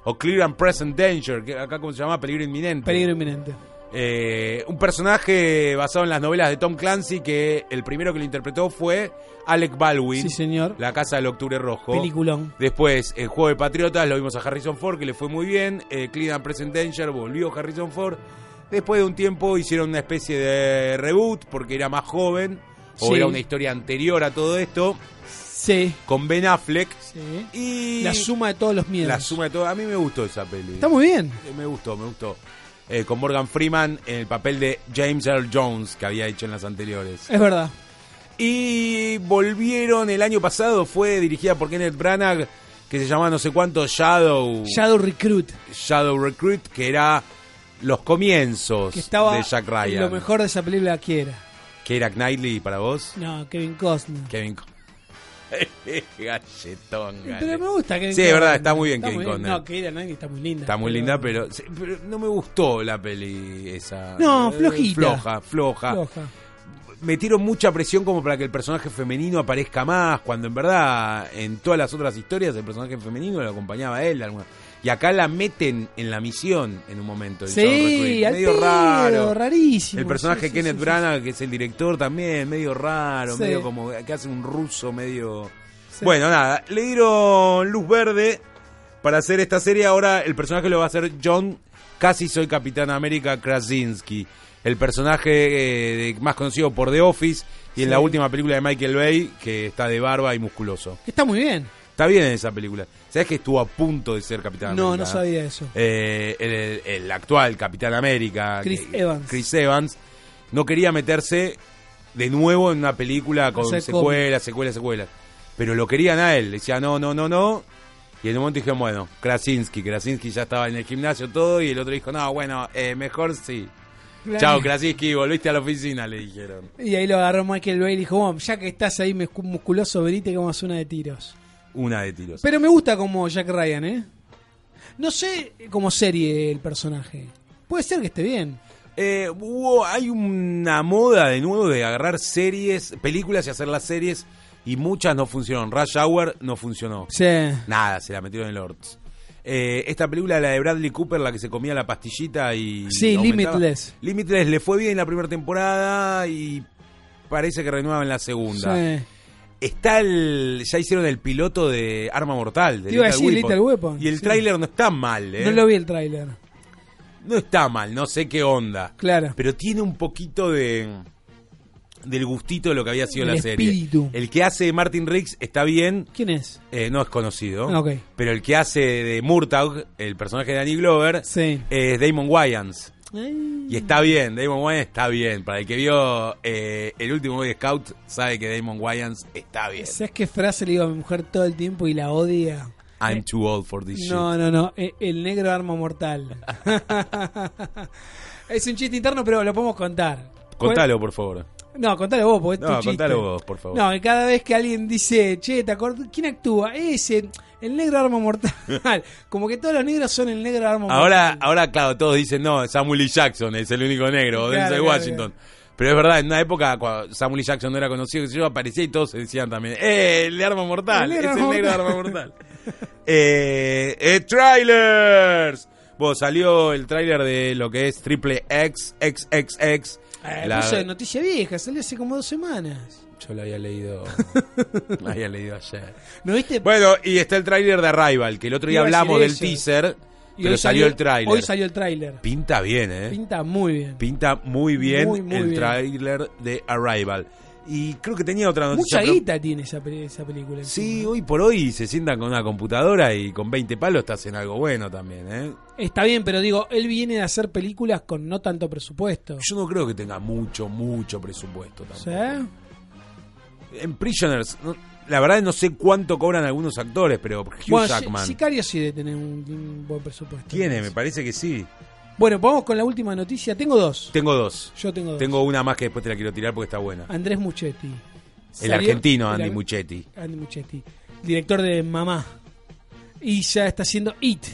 Speaker 5: o Clear and Present Danger, que acá como se llama Peligro Inminente.
Speaker 6: Peligro inminente.
Speaker 5: Eh, un personaje basado en las novelas de Tom Clancy que el primero que lo interpretó fue Alec Baldwin.
Speaker 6: Sí, señor.
Speaker 5: La Casa del Octubre Rojo.
Speaker 6: Peliculón.
Speaker 5: Después, el juego de Patriotas, lo vimos a Harrison Ford, que le fue muy bien. Eh, Clean and Present Danger, volvió Harrison Ford. Después de un tiempo hicieron una especie de reboot, porque era más joven, o
Speaker 6: Sí.
Speaker 5: era una historia anterior a todo esto,
Speaker 6: Sí.
Speaker 5: con Ben Affleck.
Speaker 6: sí.
Speaker 5: Y
Speaker 6: La suma de todos los miedos.
Speaker 5: la suma de todo. A mí me gustó esa peli.
Speaker 6: Está muy bien.
Speaker 5: Eh, Me gustó, me gustó. Eh, con Morgan Freeman en el papel de James Earl Jones, que había hecho en las
Speaker 6: <laughs>
Speaker 5: anteriores.
Speaker 6: Es verdad.
Speaker 5: Y volvieron el año pasado, fue dirigida por Kenneth Branagh, que se llama no sé cuánto Shadow.
Speaker 6: Shadow Recruit.
Speaker 5: Shadow Recruit, que era los comienzos
Speaker 6: Que estaba
Speaker 5: de Jack Ryan.
Speaker 6: lo mejor de esa película que era.
Speaker 5: Que era Knightley para vos.
Speaker 6: No, Kevin Costner.
Speaker 5: Kevin Co- <laughs> Galletón,
Speaker 6: Pero
Speaker 5: gale.
Speaker 6: me gusta Kevin
Speaker 5: Sí, es
Speaker 6: Costner.
Speaker 5: verdad, está muy bien Kevin Costner.
Speaker 6: No, que era Nani está muy linda.
Speaker 5: Está muy linda, pero, sí, pero no me gustó la peli esa.
Speaker 6: No,
Speaker 5: Eh,
Speaker 6: flojita.
Speaker 5: Floja, floja.
Speaker 6: Floja.
Speaker 5: Metieron mucha presión como para que el personaje femenino aparezca más, cuando en verdad en todas las otras historias el personaje femenino lo acompañaba a él. de alguna- Y acá la meten en la misión en un momento. el Shadow
Speaker 6: Sí,
Speaker 5: Recruit.
Speaker 6: al
Speaker 5: medio
Speaker 6: pedo,
Speaker 5: raro.
Speaker 6: rarísimo.
Speaker 5: El personaje
Speaker 6: Sí, sí,
Speaker 5: Kenneth
Speaker 6: sí, sí.
Speaker 5: Branagh, que es el director también, medio raro,
Speaker 6: Sí.
Speaker 5: medio como que hace un ruso, medio...
Speaker 6: Sí.
Speaker 5: Bueno, nada, le dieron luz verde para hacer esta serie. Ahora el personaje lo va a hacer John, casi soy Capitán América Krasinski. El personaje eh, de- más conocido por The Office y en
Speaker 6: Sí.
Speaker 5: la última película de Michael Bay, que está de barba y musculoso.
Speaker 6: Que Está muy bien.
Speaker 5: Está bien en esa película. ¿Sabes que estuvo a punto de ser Capitán América?
Speaker 6: No, no sabía eso.
Speaker 5: Eh, el, el actual Capitán América,
Speaker 6: Chris
Speaker 5: que-
Speaker 6: Evans.
Speaker 5: Chris Evans, no quería meterse de nuevo en una película con
Speaker 6: Hacer
Speaker 5: secuelas, secuelas, secuelas. Pero lo querían a él, decía no, no, no, no. Y en un momento dijeron, bueno, Krasinski, Krasinski ya estaba en el gimnasio todo y el otro dijo, no, bueno, eh, mejor sí. Chao, Krasinski, volviste a la oficina, le dijeron.
Speaker 6: Y ahí lo agarró Michael Bay y dijo, bueno, ya que estás ahí muscu- musculoso, venite que vamos a hacer una de tiros.
Speaker 5: Una de tiros.
Speaker 6: Pero me gusta como Jack Ryan, ¿eh? No sé como serie el personaje. Puede ser que esté bien.
Speaker 5: Eh, hubo- hay una moda de nuevo de agarrar series, películas y hacer las series y muchas no funcionaron. Rush Hour no funcionó.
Speaker 6: Sí.
Speaker 5: Nada, se la metieron en el Lords. Eh, esta película, la de Bradley Cooper, la que se comía la pastillita y...
Speaker 6: Sí,
Speaker 5: aumentaba.
Speaker 6: Limitless.
Speaker 5: Limitless le fue bien la primera temporada y parece que renuevan la segunda.
Speaker 6: Sí.
Speaker 5: Está el... Ya hicieron el piloto de Arma Mortal. De
Speaker 6: Te iba a decir Little Weapon,
Speaker 5: Y el
Speaker 6: sí.
Speaker 5: tráiler no está mal, ¿eh?
Speaker 6: No lo vi el tráiler.
Speaker 5: No está mal, no sé qué onda.
Speaker 6: Claro.
Speaker 5: Pero tiene un poquito de del gustito de lo que había sido
Speaker 6: El
Speaker 5: la
Speaker 6: espíritu.
Speaker 5: serie. El que hace de Martin Riggs está bien,
Speaker 6: ¿Quién es?
Speaker 5: eh, no es conocido.
Speaker 6: Ah, ok.
Speaker 5: Pero el que hace de Murtaugh, el personaje de Danny Glover,
Speaker 6: Sí.
Speaker 5: es Damon Wayans.
Speaker 6: Eh,
Speaker 5: Y está bien, Damon Wayans está bien. Para el que vio eh, el último Boy Scout, sabe que Damon Wayans está bien.
Speaker 6: ¿Sabes qué frase le digo a mi mujer todo el tiempo y la odia?
Speaker 5: I'm too old for this shit.
Speaker 6: No, no, no. eh, El negro arma
Speaker 5: <laughs>
Speaker 6: mortal. es un chiste interno, pero lo podemos contar.
Speaker 5: Contalo, por favor.
Speaker 6: No, contalo vos, porque es
Speaker 5: No,
Speaker 6: tu chiste.
Speaker 5: contalo vos, por favor.
Speaker 6: No, y cada vez que alguien dice, che, ¿te acordás? ¿Quién actúa? Ese, el negro
Speaker 5: <laughs>
Speaker 6: arma mortal. Como que todos los negros son el negro arma
Speaker 5: Ahora,
Speaker 6: mortal.
Speaker 5: ahora, claro, todos dicen, no, Samuel Lee Jackson es el único negro, o
Speaker 6: Claro,
Speaker 5: Denzel
Speaker 6: claro,
Speaker 5: Washington. Pero es verdad, en una época cuando Samuel Lee Jackson no era conocido, qué sé yo aparecía y todos se decían también, ¡eh, el de arma mortal!
Speaker 6: El negro
Speaker 5: es
Speaker 6: arma
Speaker 5: el negro de
Speaker 6: mortal".
Speaker 5: arma mortal. <laughs> eh, eh, ¡Trailers! Bueno, salió el tráiler de lo que es Triple X, XXX.
Speaker 6: Eh,
Speaker 5: La-
Speaker 6: puso de noticia vieja, salió hace como dos semanas.
Speaker 5: Yo lo había
Speaker 6: <laughs>
Speaker 5: leído, lo había leído ayer.
Speaker 6: ¿No viste?
Speaker 5: Bueno, y está el tráiler de Arrival, que el otro día
Speaker 6: Iba a decir
Speaker 5: hablamos del
Speaker 6: eso.
Speaker 5: teaser,
Speaker 6: Y
Speaker 5: pero
Speaker 6: hoy
Speaker 5: salió el tráiler.
Speaker 6: Hoy salió el tráiler.
Speaker 5: Pinta bien, ¿eh?
Speaker 6: Pinta muy bien.
Speaker 5: Pinta muy bien
Speaker 6: Muy, muy
Speaker 5: el
Speaker 6: bien.
Speaker 5: tráiler de Arrival. Y creo que tenía otra noticia.
Speaker 6: Mucha
Speaker 5: pero-
Speaker 6: guita tiene esa, peli- esa película.
Speaker 5: Sí, hoy por hoy se sientan con una computadora y con 20 palos te hacen algo bueno también, ¿eh?
Speaker 6: Está bien, pero digo, él viene de hacer películas con no tanto presupuesto.
Speaker 5: Yo no creo que tenga mucho, mucho presupuesto
Speaker 6: ¿Sí?
Speaker 5: tampoco. En Prisoners, no- la verdad no sé cuánto cobran algunos actores, pero Hugh
Speaker 6: Bueno, si-
Speaker 5: Jackman
Speaker 6: Sicario sí debe tener un, un buen presupuesto.
Speaker 5: tiene, me parece que sí.
Speaker 6: Bueno, vamos con la última noticia. Tengo dos.
Speaker 5: Tengo dos.
Speaker 6: Yo tengo dos.
Speaker 5: Tengo una más que después te la quiero tirar porque está buena.
Speaker 6: Andrés Muchetti.
Speaker 5: El
Speaker 6: Ah, Salió-
Speaker 5: argentino Andy
Speaker 6: el-
Speaker 5: Muchetti.
Speaker 6: Andy Muchetti. Director de Mamá. Y ya está haciendo It.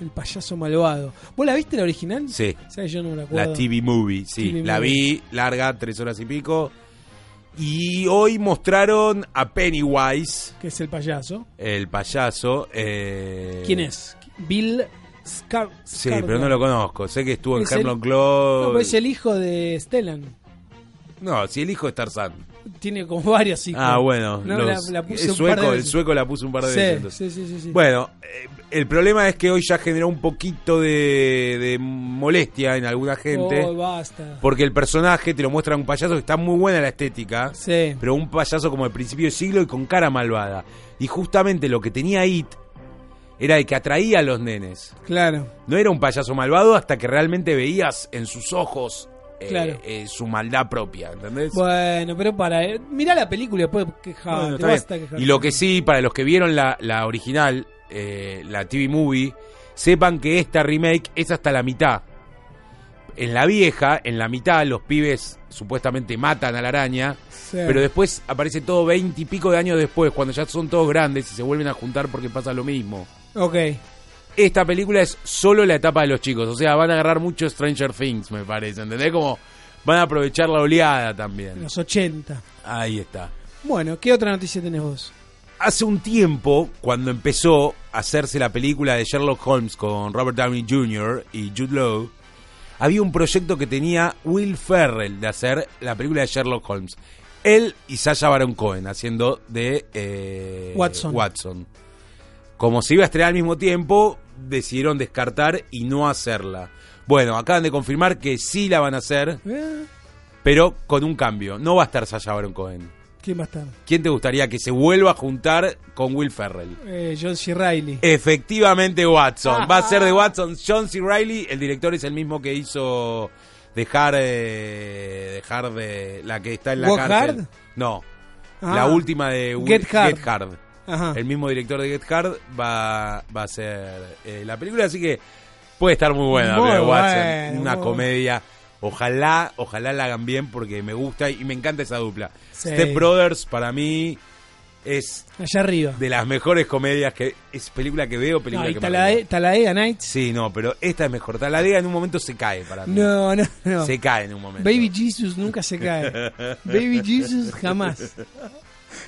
Speaker 6: El payaso malvado. ¿Vos la viste la original?
Speaker 5: Sí.
Speaker 6: ¿Sabes? Yo no me la acuerdo.
Speaker 5: La TV Movie, sí.
Speaker 6: TV
Speaker 5: la vi, larga, tres horas y pico. Y hoy mostraron a Pennywise,
Speaker 6: Que es el payaso.
Speaker 5: el payaso. eh,
Speaker 6: ¿Quién es? Bill Scar
Speaker 5: Sí, pero no lo conozco. Sé que estuvo en
Speaker 6: Es el-
Speaker 5: Herlock Close.
Speaker 6: No, pero es el hijo de Stellan.
Speaker 5: No, si el hijo es Tarzán.
Speaker 6: Tiene como varios hijos.
Speaker 5: Ah, bueno.
Speaker 6: No,
Speaker 5: los-
Speaker 6: la, la puse
Speaker 5: el,
Speaker 6: un par de
Speaker 5: sueco, el
Speaker 6: veces.
Speaker 5: sueco la puso un par de
Speaker 6: Sí,
Speaker 5: veces. entonces.
Speaker 6: sí, sí, sí, sí.
Speaker 5: Bueno, eh, el problema es que hoy ya generó un poquito de, de molestia en alguna gente.
Speaker 6: Oh, basta.
Speaker 5: Porque el personaje te lo muestra un payaso que está muy buena la estética.
Speaker 6: Sí.
Speaker 5: Pero un payaso como de principio de siglo y con cara malvada. Y justamente lo que tenía It era el que atraía a los nenes.
Speaker 6: Claro.
Speaker 5: No era un payaso malvado hasta que realmente veías en sus ojos eh,
Speaker 6: Claro.
Speaker 5: eh, su maldad propia, ¿entendés?
Speaker 6: Bueno, pero para. eh, mirá la película y después quejarte.
Speaker 5: Bueno, está
Speaker 6: Ah, basta
Speaker 5: bien.
Speaker 6: quejarte.
Speaker 5: Y lo que sí, para los que vieron la, la original, eh, la TV Movie, sepan que esta remake es hasta la mitad. En la vieja, en la mitad, los pibes supuestamente matan a la araña,
Speaker 6: Sí.
Speaker 5: pero después aparece todo veinte y pico de años después, cuando ya son todos grandes y se vuelven a juntar porque pasa lo mismo.
Speaker 6: Ok.
Speaker 5: Esta película es solo la etapa de los chicos, o sea, van a agarrar mucho Stranger Things, me parece, ¿entendés? Como van a aprovechar la oleada también.
Speaker 6: Los 80.
Speaker 5: Ahí está.
Speaker 6: Bueno, ¿qué otra noticia tenés vos?
Speaker 5: Hace un tiempo, cuando empezó a hacerse la película de Sherlock Holmes con Robert Downey Jr. y Jude Law, había un proyecto que tenía Will Ferrell de hacer la película de Sherlock Holmes. Él y Sasha Baron Cohen haciendo de eh,
Speaker 6: Watson.
Speaker 5: Como se iba a estrenar al mismo tiempo, decidieron descartar y no hacerla. Bueno, acaban de confirmar que sí la van a hacer,
Speaker 6: Eh,
Speaker 5: pero con un cambio. No va a estar Sasha Baron Cohen.
Speaker 6: ¿Quién va a estar?
Speaker 5: ¿Quién te gustaría que se vuelva a juntar con Will Ferrell?
Speaker 6: Eh, John C. Reilly.
Speaker 5: Efectivamente Watson. Va a ser de Watson John C. Reilly. El director es el mismo que hizo dejar eh, dejar de la que está en la
Speaker 6: Walk
Speaker 5: cárcel.
Speaker 6: Hard?
Speaker 5: No.
Speaker 6: Ah.
Speaker 5: La última de Will-
Speaker 6: Get Hard. Ah. Ajá.
Speaker 5: Hard. El mismo director de Get Hard va, va a ser eh, la película, así que puede estar muy buena,
Speaker 6: Muy
Speaker 5: pero Watson,
Speaker 6: bueno,
Speaker 5: una
Speaker 6: muy
Speaker 5: comedia. Ojalá, ojalá la hagan bien porque me gusta y me encanta esa dupla.
Speaker 6: Sí.
Speaker 5: Step Brothers para mí es
Speaker 6: Allá arriba.
Speaker 5: de las mejores comedias que es película que veo, película
Speaker 6: No, y
Speaker 5: que me
Speaker 6: Talade-
Speaker 5: río.
Speaker 6: Talladega Nights.
Speaker 5: Sí, no, pero esta es mejor. Taladea en un momento se cae para mí.
Speaker 6: No, no, no.
Speaker 5: Se cae en un momento.
Speaker 6: Baby Jesus nunca
Speaker 5: <laughs>
Speaker 6: se cae. Baby Jesus jamás.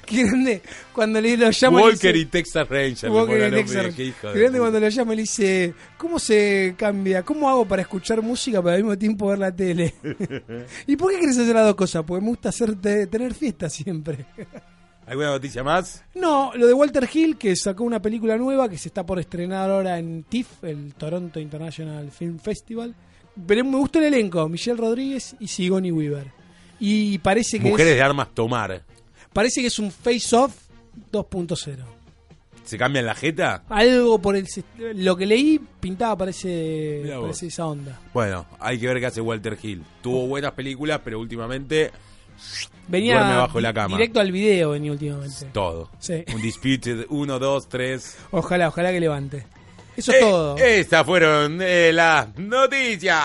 Speaker 6: Qué grande. Cuando le lo llama. le
Speaker 5: Walker
Speaker 6: dice-
Speaker 5: y Texas Ranger. me
Speaker 6: Walker
Speaker 5: pongo
Speaker 6: y
Speaker 5: el nombre,
Speaker 6: Texas.
Speaker 5: qué hijo de
Speaker 6: Grande
Speaker 5: puta.
Speaker 6: cuando lo llama y le dice, ¿cómo se cambia? ¿Cómo hago para escuchar música pero al mismo tiempo ver la tele? <laughs> ¿Y por qué querés hacer las dos cosas? Porque me gusta hacer te- tener fiesta siempre. <laughs>
Speaker 5: ¿Alguna noticia más?
Speaker 6: No, lo de Walter Hill, que sacó una película nueva que se está por estrenar ahora en TIFF, el Toronto International Film Festival. Pero me gustó el elenco, Michelle Rodríguez y Sigourney Weaver. Y parece que,
Speaker 5: Mujeres
Speaker 6: es,
Speaker 5: de armas tomar.
Speaker 6: parece que es un face-off 2.0.
Speaker 5: ¿Se cambian la jeta?
Speaker 6: Algo por el sist- lo que leí pintaba parece,
Speaker 5: Mirá vos.
Speaker 6: parece esa onda.
Speaker 5: Bueno, hay que ver qué hace Walter Hill.
Speaker 6: Oh.
Speaker 5: Tuvo buenas películas, pero últimamente
Speaker 6: Venía
Speaker 5: Duerme bajo la cama.
Speaker 6: directo al video venía últimamente.
Speaker 5: todo.
Speaker 6: Sí.
Speaker 5: Un disputed 1, 2, 3.
Speaker 6: Ojalá, ojalá que levante. Eso
Speaker 5: Eh,
Speaker 6: es todo.
Speaker 5: Estas fueron eh, las noticias.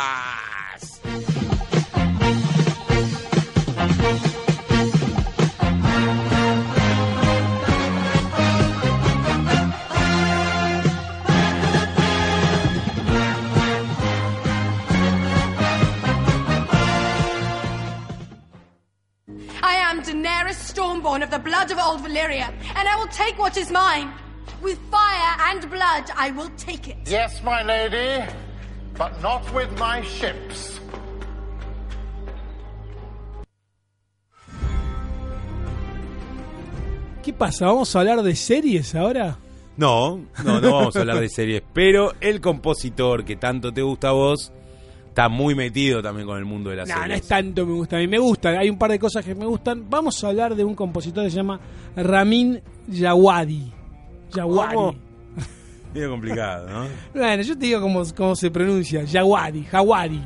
Speaker 9: I am Daenerys Stormborn of the blood of old Valyria, and I will take what is mine. With fire and blood, I will take it.
Speaker 10: Yes, my lady, but not with my ships.
Speaker 6: ¿Qué pasa? ¿Vamos a hablar de series ahora?
Speaker 5: No, no, no vamos a hablar de series. Pero el compositor que tanto te gusta a vos está muy metido también con el mundo de las
Speaker 6: No, no
Speaker 5: series.
Speaker 6: es tanto me gusta. A mí me gusta. Hay un par de cosas que me gustan. Vamos a hablar de un compositor que se llama Ramin Yawadi. Yawadi.
Speaker 5: ¿Cómo? Medio complicado,
Speaker 6: <laughs>
Speaker 5: ¿no?
Speaker 6: Bueno, yo te digo cómo, cómo se pronuncia. Yawadi, Jawadi,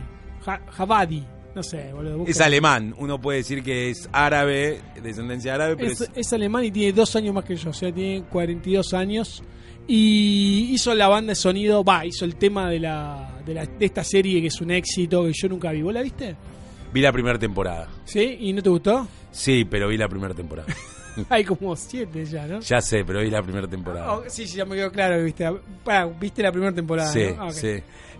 Speaker 6: Ja- Jawadi. No sé, boludo. busca.
Speaker 5: Es alemán, uno puede decir que es árabe, descendencia árabe, pero
Speaker 6: Es,
Speaker 5: es,
Speaker 6: es alemán y tiene dos años más que yo, o sea, tiene 42 años. Y hizo la banda de sonido, va, hizo el tema de, la, de, la- de esta serie que es un éxito que yo nunca vi. ¿Vos la viste?
Speaker 5: vi la primera temporada.
Speaker 6: ¿Sí? ¿Y no te <laughs> gustó?
Speaker 5: Sí, pero vi la primera
Speaker 6: <laughs>
Speaker 5: temporada.
Speaker 6: Hay como siete ya, ¿no?
Speaker 5: Ya sé, pero vi la primera temporada.
Speaker 6: Oh, sí, sí, ya me quedó claro que viste, pará, viste la primera temporada.
Speaker 5: Sí,
Speaker 6: ¿no? Ah, ok.
Speaker 5: sí.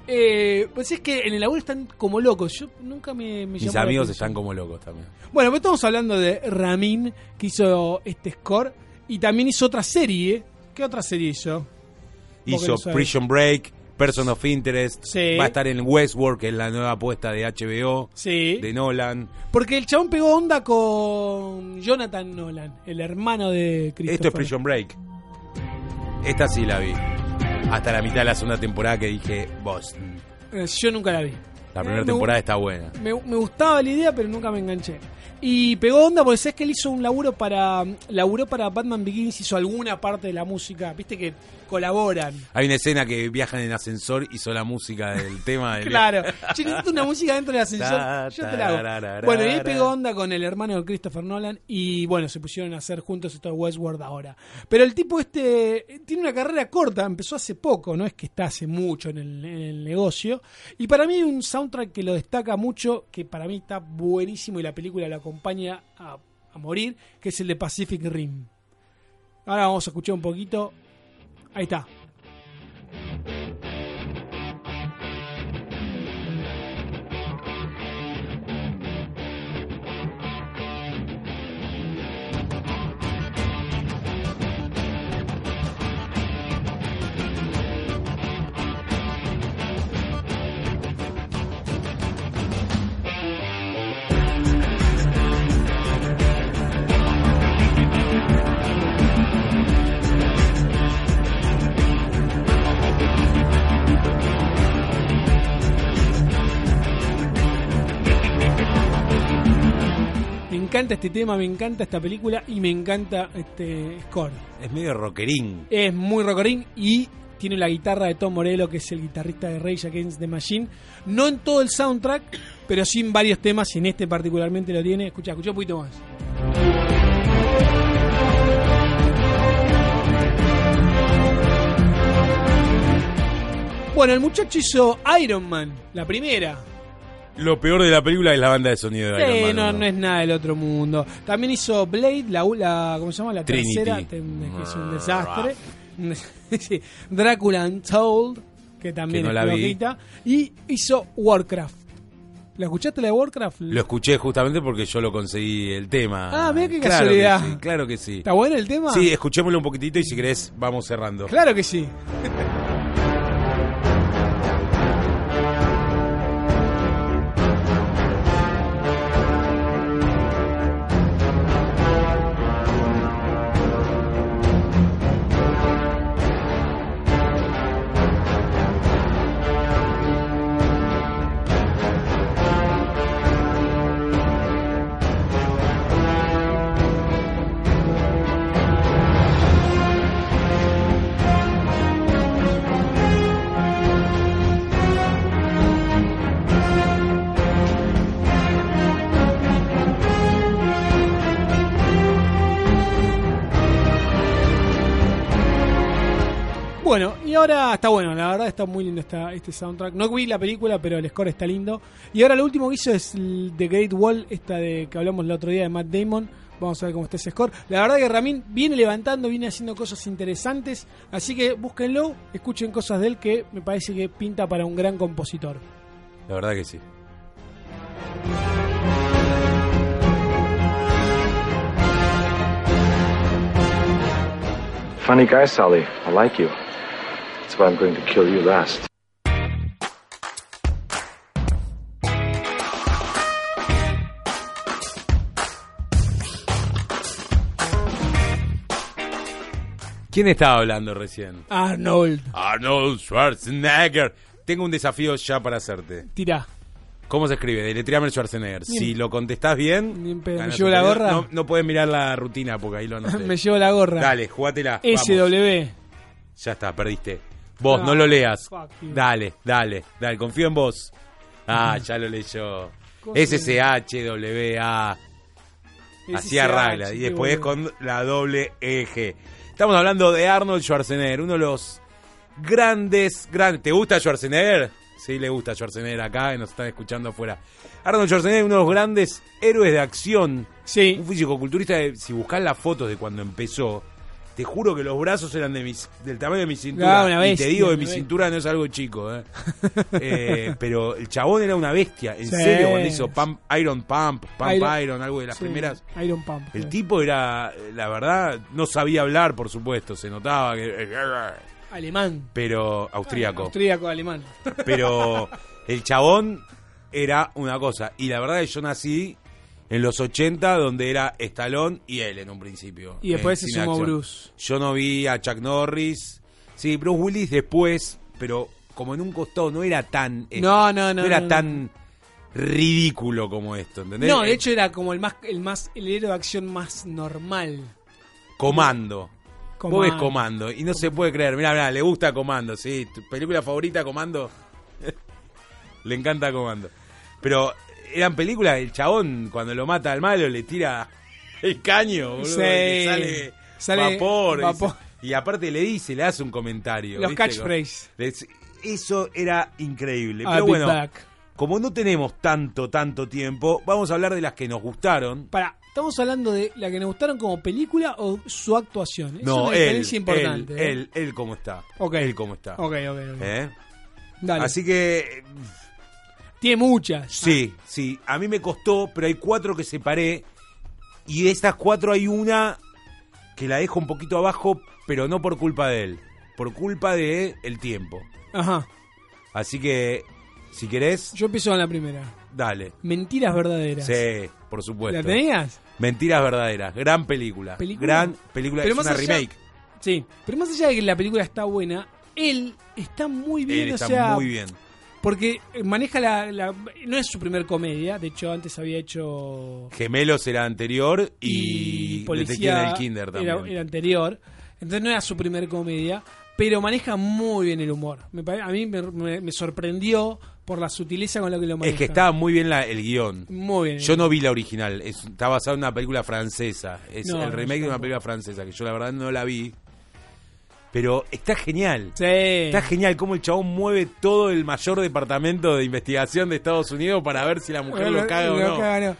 Speaker 6: Eh, pues es que en el laburo están como locos. Yo nunca me, me
Speaker 5: Mis
Speaker 6: llamó la
Speaker 5: amigos
Speaker 6: atención.
Speaker 5: están como locos también.
Speaker 6: Bueno, pues estamos hablando de Ramin, que hizo este score. Y también hizo otra serie. ¿Qué otra serie hizo? no
Speaker 5: Hizo
Speaker 6: sabés.
Speaker 5: Prison Break, Person of Interest,
Speaker 6: Sí.
Speaker 5: va a estar en Westworld, que es la nueva apuesta de HBO,
Speaker 6: Sí.
Speaker 5: de Nolan.
Speaker 6: Porque el chabón pegó onda con Jonathan Nolan, el hermano de Christopher.
Speaker 5: Esto es Prison Break. Esta sí la vi. Hasta la mitad de la segunda temporada que dije, vos,
Speaker 6: Eh, Yo nunca la vi.
Speaker 5: la primera
Speaker 6: Eh, me-
Speaker 5: temporada está buena.
Speaker 6: Me, me gustaba la idea, pero nunca me enganché. Y pegó onda porque sabes que él hizo un laburo para. Laburó para Batman Begins, hizo alguna parte de la música. Viste que colaboran.
Speaker 5: Hay una escena que viajan en ascensor, hizo la música
Speaker 6: <laughs>
Speaker 5: del tema del
Speaker 6: Claro. Che, necesito una música dentro del ascensor.
Speaker 5: Ta,
Speaker 6: Yo te la hago.
Speaker 5: tararara.
Speaker 6: Bueno, y ahí pegó onda con el hermano de Christopher Nolan. Y bueno, se pusieron a hacer juntos esto de Westworld ahora. Pero el tipo este eh, tiene una carrera corta. Empezó hace poco, no es que está hace mucho en el, en el negocio. Y para mí hay un soundtrack que lo destaca mucho, que para mí está buenísimo y la película lo acompaña a, a morir, que es el de Pacific Rim. Ahora vamos a escuchar un poquito. Ahí está. Me encanta este tema, me encanta esta película y me encanta este score.
Speaker 5: Es medio rockerín.
Speaker 6: Es muy rockerín y tiene la guitarra de Tom Morello, que es el guitarrista de Rage Against the Machine. No en todo el soundtrack, pero sí en varios temas y en este particularmente lo tiene. Escucha, escucha un poquito más. Bueno, el muchacho hizo Iron Man, la primera.
Speaker 5: Lo peor de la película es la banda de sonido de
Speaker 6: Sí,
Speaker 5: Iron Man,
Speaker 6: no,
Speaker 5: ¿no?
Speaker 6: no es nada del otro mundo. También hizo Blade, la, u- la ¿cómo se llama? La
Speaker 5: Trinity. Ah.
Speaker 6: tercera, tem- que es un desastre. <laughs> Sí, Drácula Untold, que también
Speaker 5: Que no
Speaker 6: es
Speaker 5: la vi.
Speaker 6: loquita. Y hizo Warcraft. ¿La escuchaste la de Warcraft?
Speaker 5: Lo escuché justamente porque yo lo conseguí el tema.
Speaker 6: Ah, mirá qué
Speaker 5: claro que
Speaker 6: casualidad.
Speaker 5: sí, claro que sí.
Speaker 6: ¿Está bueno el tema?
Speaker 5: Sí, escuchémoslo un poquitito y si querés vamos cerrando.
Speaker 6: Claro que sí. Bueno, y ahora está bueno, la verdad está muy lindo esta, este soundtrack. No vi la película, pero el score está lindo. Y ahora lo último que hizo es el The Great Wall, esta de que hablamos el otro día de Matt Damon. Vamos a ver cómo está ese score. La verdad que Ramin viene levantando, viene haciendo cosas interesantes. Así que búsquenlo, escuchen cosas de él que me parece que pinta para un gran compositor.
Speaker 5: La verdad que sí.
Speaker 11: Funny guy, Sally. I like you. That's why I'm going to kill you last.
Speaker 5: ¿Quién estaba hablando recién?
Speaker 6: Arnold,
Speaker 5: Arnold Schwarzenegger. Tengo un desafío ya para hacerte.
Speaker 6: tirá.
Speaker 5: ¿Cómo se escribe? Deletreame el Schwarzenegger.
Speaker 6: Ni-
Speaker 5: Si lo contestás bien...
Speaker 6: Ni en pedo. ¿Me
Speaker 5: ganas
Speaker 6: llevo
Speaker 5: un
Speaker 6: la
Speaker 5: premio.
Speaker 6: gorra?
Speaker 5: No, no puedes mirar la rutina porque
Speaker 6: <laughs>
Speaker 5: ahí lo anoté.
Speaker 6: Me llevo la gorra.
Speaker 5: Dale, jugátela. vamos.
Speaker 6: SW.
Speaker 5: Ya está, perdiste. Vos,
Speaker 6: Ah,
Speaker 5: no lo leas.
Speaker 6: fuck you. <laughs>
Speaker 5: Dale, dale, dale, confío en vos. Ah, ya lo leyó.
Speaker 6: cosa.
Speaker 5: SSHWA. Así arraiga. Y después con la doble eje. Estamos hablando de Arnold Schwarzenegger, uno de los grandes, grandes. ¿Te gusta Schwarzenegger? Sí, le gusta Schwarzenegger acá, y nos están escuchando afuera. Arnold Schwarzenegger, uno de los grandes héroes de acción.
Speaker 6: Sí.
Speaker 5: Un fisicoculturista, de- si buscas las fotos de cuando empezó, te juro que los brazos eran de mis, del tamaño de mi cintura.
Speaker 6: Ah, una
Speaker 5: y
Speaker 6: bestia,
Speaker 5: te digo que
Speaker 6: una
Speaker 5: mi
Speaker 6: bestia.
Speaker 5: cintura no es algo chico,
Speaker 6: <laughs>
Speaker 5: ¿eh? Eh, pero el chabón era una bestia. En
Speaker 6: Sí.
Speaker 5: serio, cuando hizo Pump- Iron Pump, Pump Iron,
Speaker 6: Iron-
Speaker 5: algo de las
Speaker 6: Sí,
Speaker 5: primeras.
Speaker 6: Iron Pump.
Speaker 5: El tipo era, la verdad, no sabía hablar, por supuesto, se notaba que...
Speaker 6: Alemán.
Speaker 5: Pero austríaco.
Speaker 6: Austríaco, alemán.
Speaker 5: Pero el chabón era una cosa. Y la verdad es que yo nací en los 80, donde era Stallone y él en un principio.
Speaker 6: Y después
Speaker 5: eh,
Speaker 6: se
Speaker 5: sin
Speaker 6: sumó
Speaker 5: acción.
Speaker 6: Bruce.
Speaker 5: Yo no vi a Chuck Norris. Sí, Bruce Willis después, pero como en un costado no era tan... eh,
Speaker 6: No, no, no,
Speaker 5: era
Speaker 6: no, no.
Speaker 5: tan ridículo como esto, ¿entendés?
Speaker 6: No, de
Speaker 5: Eh,
Speaker 6: hecho era como el más el más el héroe de acción más normal.
Speaker 5: Comando.
Speaker 6: Comando.
Speaker 5: Vos ves Comando y no se puede creer. Mirá, mirá, le gusta Comando, sí. Tu película favorita, Comando. <laughs> le encanta Comando. Pero eran películas del chabón, cuando lo mata al malo, le tira el caño, boludo. y
Speaker 6: Sí.
Speaker 5: le sale,
Speaker 6: Sale
Speaker 5: vapor. y
Speaker 6: vapor.
Speaker 5: se- Y, aparte le dice, le hace un comentario.
Speaker 6: Los
Speaker 5: ¿viste?
Speaker 6: catchphrases.
Speaker 5: Les- Eso era increíble.
Speaker 6: I'll
Speaker 5: Pero
Speaker 6: be
Speaker 5: bueno,
Speaker 6: back.
Speaker 5: como no tenemos tanto, tanto tiempo, vamos a hablar de las que nos gustaron.
Speaker 6: Para, ¿estamos hablando de la que nos gustaron como película o su actuación? Es
Speaker 5: No,
Speaker 6: una
Speaker 5: él,
Speaker 6: diferencia importante.
Speaker 5: Él,
Speaker 6: ¿eh?
Speaker 5: él, él cómo está.
Speaker 6: Ok.
Speaker 5: Él cómo está.
Speaker 6: Ok, ok, ok.
Speaker 5: ¿Eh?
Speaker 6: Dale.
Speaker 5: Así que,
Speaker 6: Tiene muchas.
Speaker 5: sí, sí. A mí me costó, pero hay cuatro que separé. Y de estas cuatro hay una que la dejo un poquito abajo, pero no por culpa de él. Por culpa de el tiempo.
Speaker 6: Ajá.
Speaker 5: Así que, si querés,
Speaker 6: Yo empiezo con la primera.
Speaker 5: dale.
Speaker 6: Mentiras verdaderas.
Speaker 5: Sí, por supuesto.
Speaker 6: ¿La tenías?
Speaker 5: Mentiras verdaderas. Gran película.
Speaker 6: ¿Película?
Speaker 5: Gran película.
Speaker 6: Pero
Speaker 5: es
Speaker 6: más
Speaker 5: una
Speaker 6: allá-
Speaker 5: remake.
Speaker 6: Sí. Pero más allá de que la película está buena, él está muy bien.
Speaker 5: Él Eh, está
Speaker 6: o sea,
Speaker 5: muy bien.
Speaker 6: Porque maneja la, la- No es su primer comedia. De hecho, antes había hecho.
Speaker 5: Gemelos era anterior y, Detective en el Kinder
Speaker 6: era-
Speaker 5: también.
Speaker 6: Era, anterior. Entonces no era su primer comedia. Pero maneja muy bien el humor. Me pare- a mí me, me- me sorprendió por la sutileza con la que lo maneja.
Speaker 5: es que estaba muy bien la- el guión.
Speaker 6: Muy bien.
Speaker 5: Yo no vi la original, es- está basada en una película francesa. Es
Speaker 6: No,
Speaker 5: el
Speaker 6: no,
Speaker 5: remake de una
Speaker 6: yo tampoco.
Speaker 5: película francesa que yo la verdad no la vi. Pero está genial.
Speaker 6: Sí.
Speaker 5: Está genial cómo el chabón mueve todo el mayor departamento de investigación de Estados Unidos para ver si la mujer
Speaker 6: Bueno,
Speaker 5: lo caga o
Speaker 6: lo
Speaker 5: no.
Speaker 6: caga, no.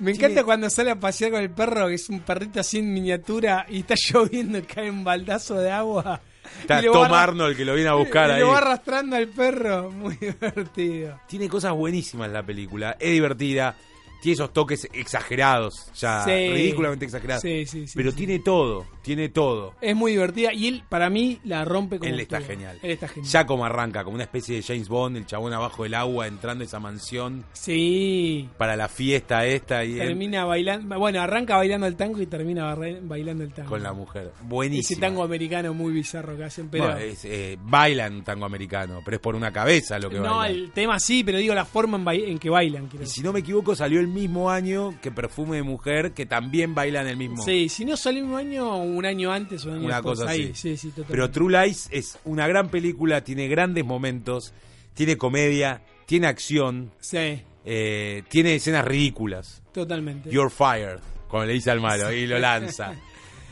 Speaker 6: Me
Speaker 5: Tiene-
Speaker 6: encanta cuando sale a pasear con el perro, que es un perrito así en miniatura, y está <laughs> lloviendo, y cae un baldazo de agua.
Speaker 5: Está
Speaker 6: Y lo
Speaker 5: Tom
Speaker 6: va arra-
Speaker 5: Arnold que lo viene a buscar
Speaker 6: y
Speaker 5: ahí.
Speaker 6: Lo va arrastrando al perro, muy <laughs> divertido.
Speaker 5: Tiene cosas buenísimas la película, es divertida, tiene esos toques exagerados, ya
Speaker 6: Sí.
Speaker 5: ridículamente exagerados.
Speaker 6: Sí, sí, sí,
Speaker 5: pero
Speaker 6: sí.
Speaker 5: tiene todo, tiene todo.
Speaker 6: Es muy divertida y él, para mí, la rompe como
Speaker 5: Él está
Speaker 6: actúa.
Speaker 5: genial.
Speaker 6: Él está genial.
Speaker 5: Ya como arranca, como una especie de James Bond, el chabón abajo del agua entrando a esa mansión
Speaker 6: Sí.
Speaker 5: para la fiesta esta y él
Speaker 6: Termina bailando. Bueno, arranca bailando el tango y termina barra- bailando el tango.
Speaker 5: con la mujer.
Speaker 6: Ese
Speaker 5: Buenísimo.
Speaker 6: tango americano muy bizarro que hacen, pero.
Speaker 5: Bueno, es, eh, bailan tango americano, pero es por una cabeza lo que
Speaker 6: no,
Speaker 5: bailan.
Speaker 6: el tema sí, pero digo la forma en, bai- en que bailan. quiero
Speaker 5: Y
Speaker 6: decir.
Speaker 5: si no me equivoco, salió el mismo año que Perfume de Mujer, que también bailan el mismo.
Speaker 6: Sí, si no salió un año, un año antes o un año
Speaker 5: Una
Speaker 6: después,
Speaker 5: cosa
Speaker 6: ahí.
Speaker 5: así.
Speaker 6: Sí, sí, totalmente.
Speaker 5: Pero True Lies es una gran película, tiene grandes momentos, tiene comedia, tiene acción,
Speaker 6: Sí,
Speaker 5: eh, tiene escenas ridículas.
Speaker 6: totalmente.
Speaker 5: You're fired, como le dice al malo, y lo
Speaker 6: <laughs>
Speaker 5: lanza.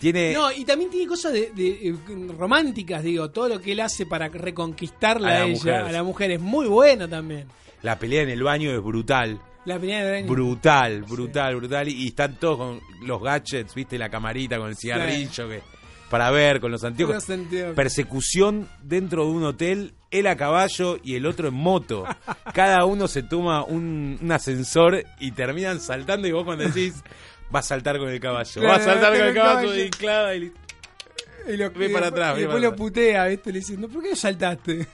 Speaker 5: Tiene,
Speaker 6: No, y también tiene cosas de, de, eh, románticas, digo, todo lo que él hace para reconquistarla
Speaker 5: A
Speaker 6: a,
Speaker 5: la
Speaker 6: ella,
Speaker 5: mujer.
Speaker 6: a la mujer, es muy bueno también.
Speaker 5: La pelea en el baño es brutal.
Speaker 6: La primera de Daniel.
Speaker 5: Brutal, brutal, brutal. Y y están todos con los gadgets, viste, la camarita con el cigarrillo que, para ver, con los
Speaker 6: Puro
Speaker 5: anteojos.
Speaker 6: sentido.
Speaker 5: Persecución dentro de un hotel, él a caballo y el otro en moto. Cada uno se toma un, un ascensor y terminan saltando y vos cuando decís, va a saltar con el caballo, va a saltar con el caballo y clava y li-
Speaker 6: Y lo-
Speaker 5: Ve
Speaker 6: y
Speaker 5: para
Speaker 6: después-
Speaker 5: atrás, ve
Speaker 6: y después
Speaker 5: para
Speaker 6: lo putea, ¿viste? Le diciendo, ¿por qué no saltaste?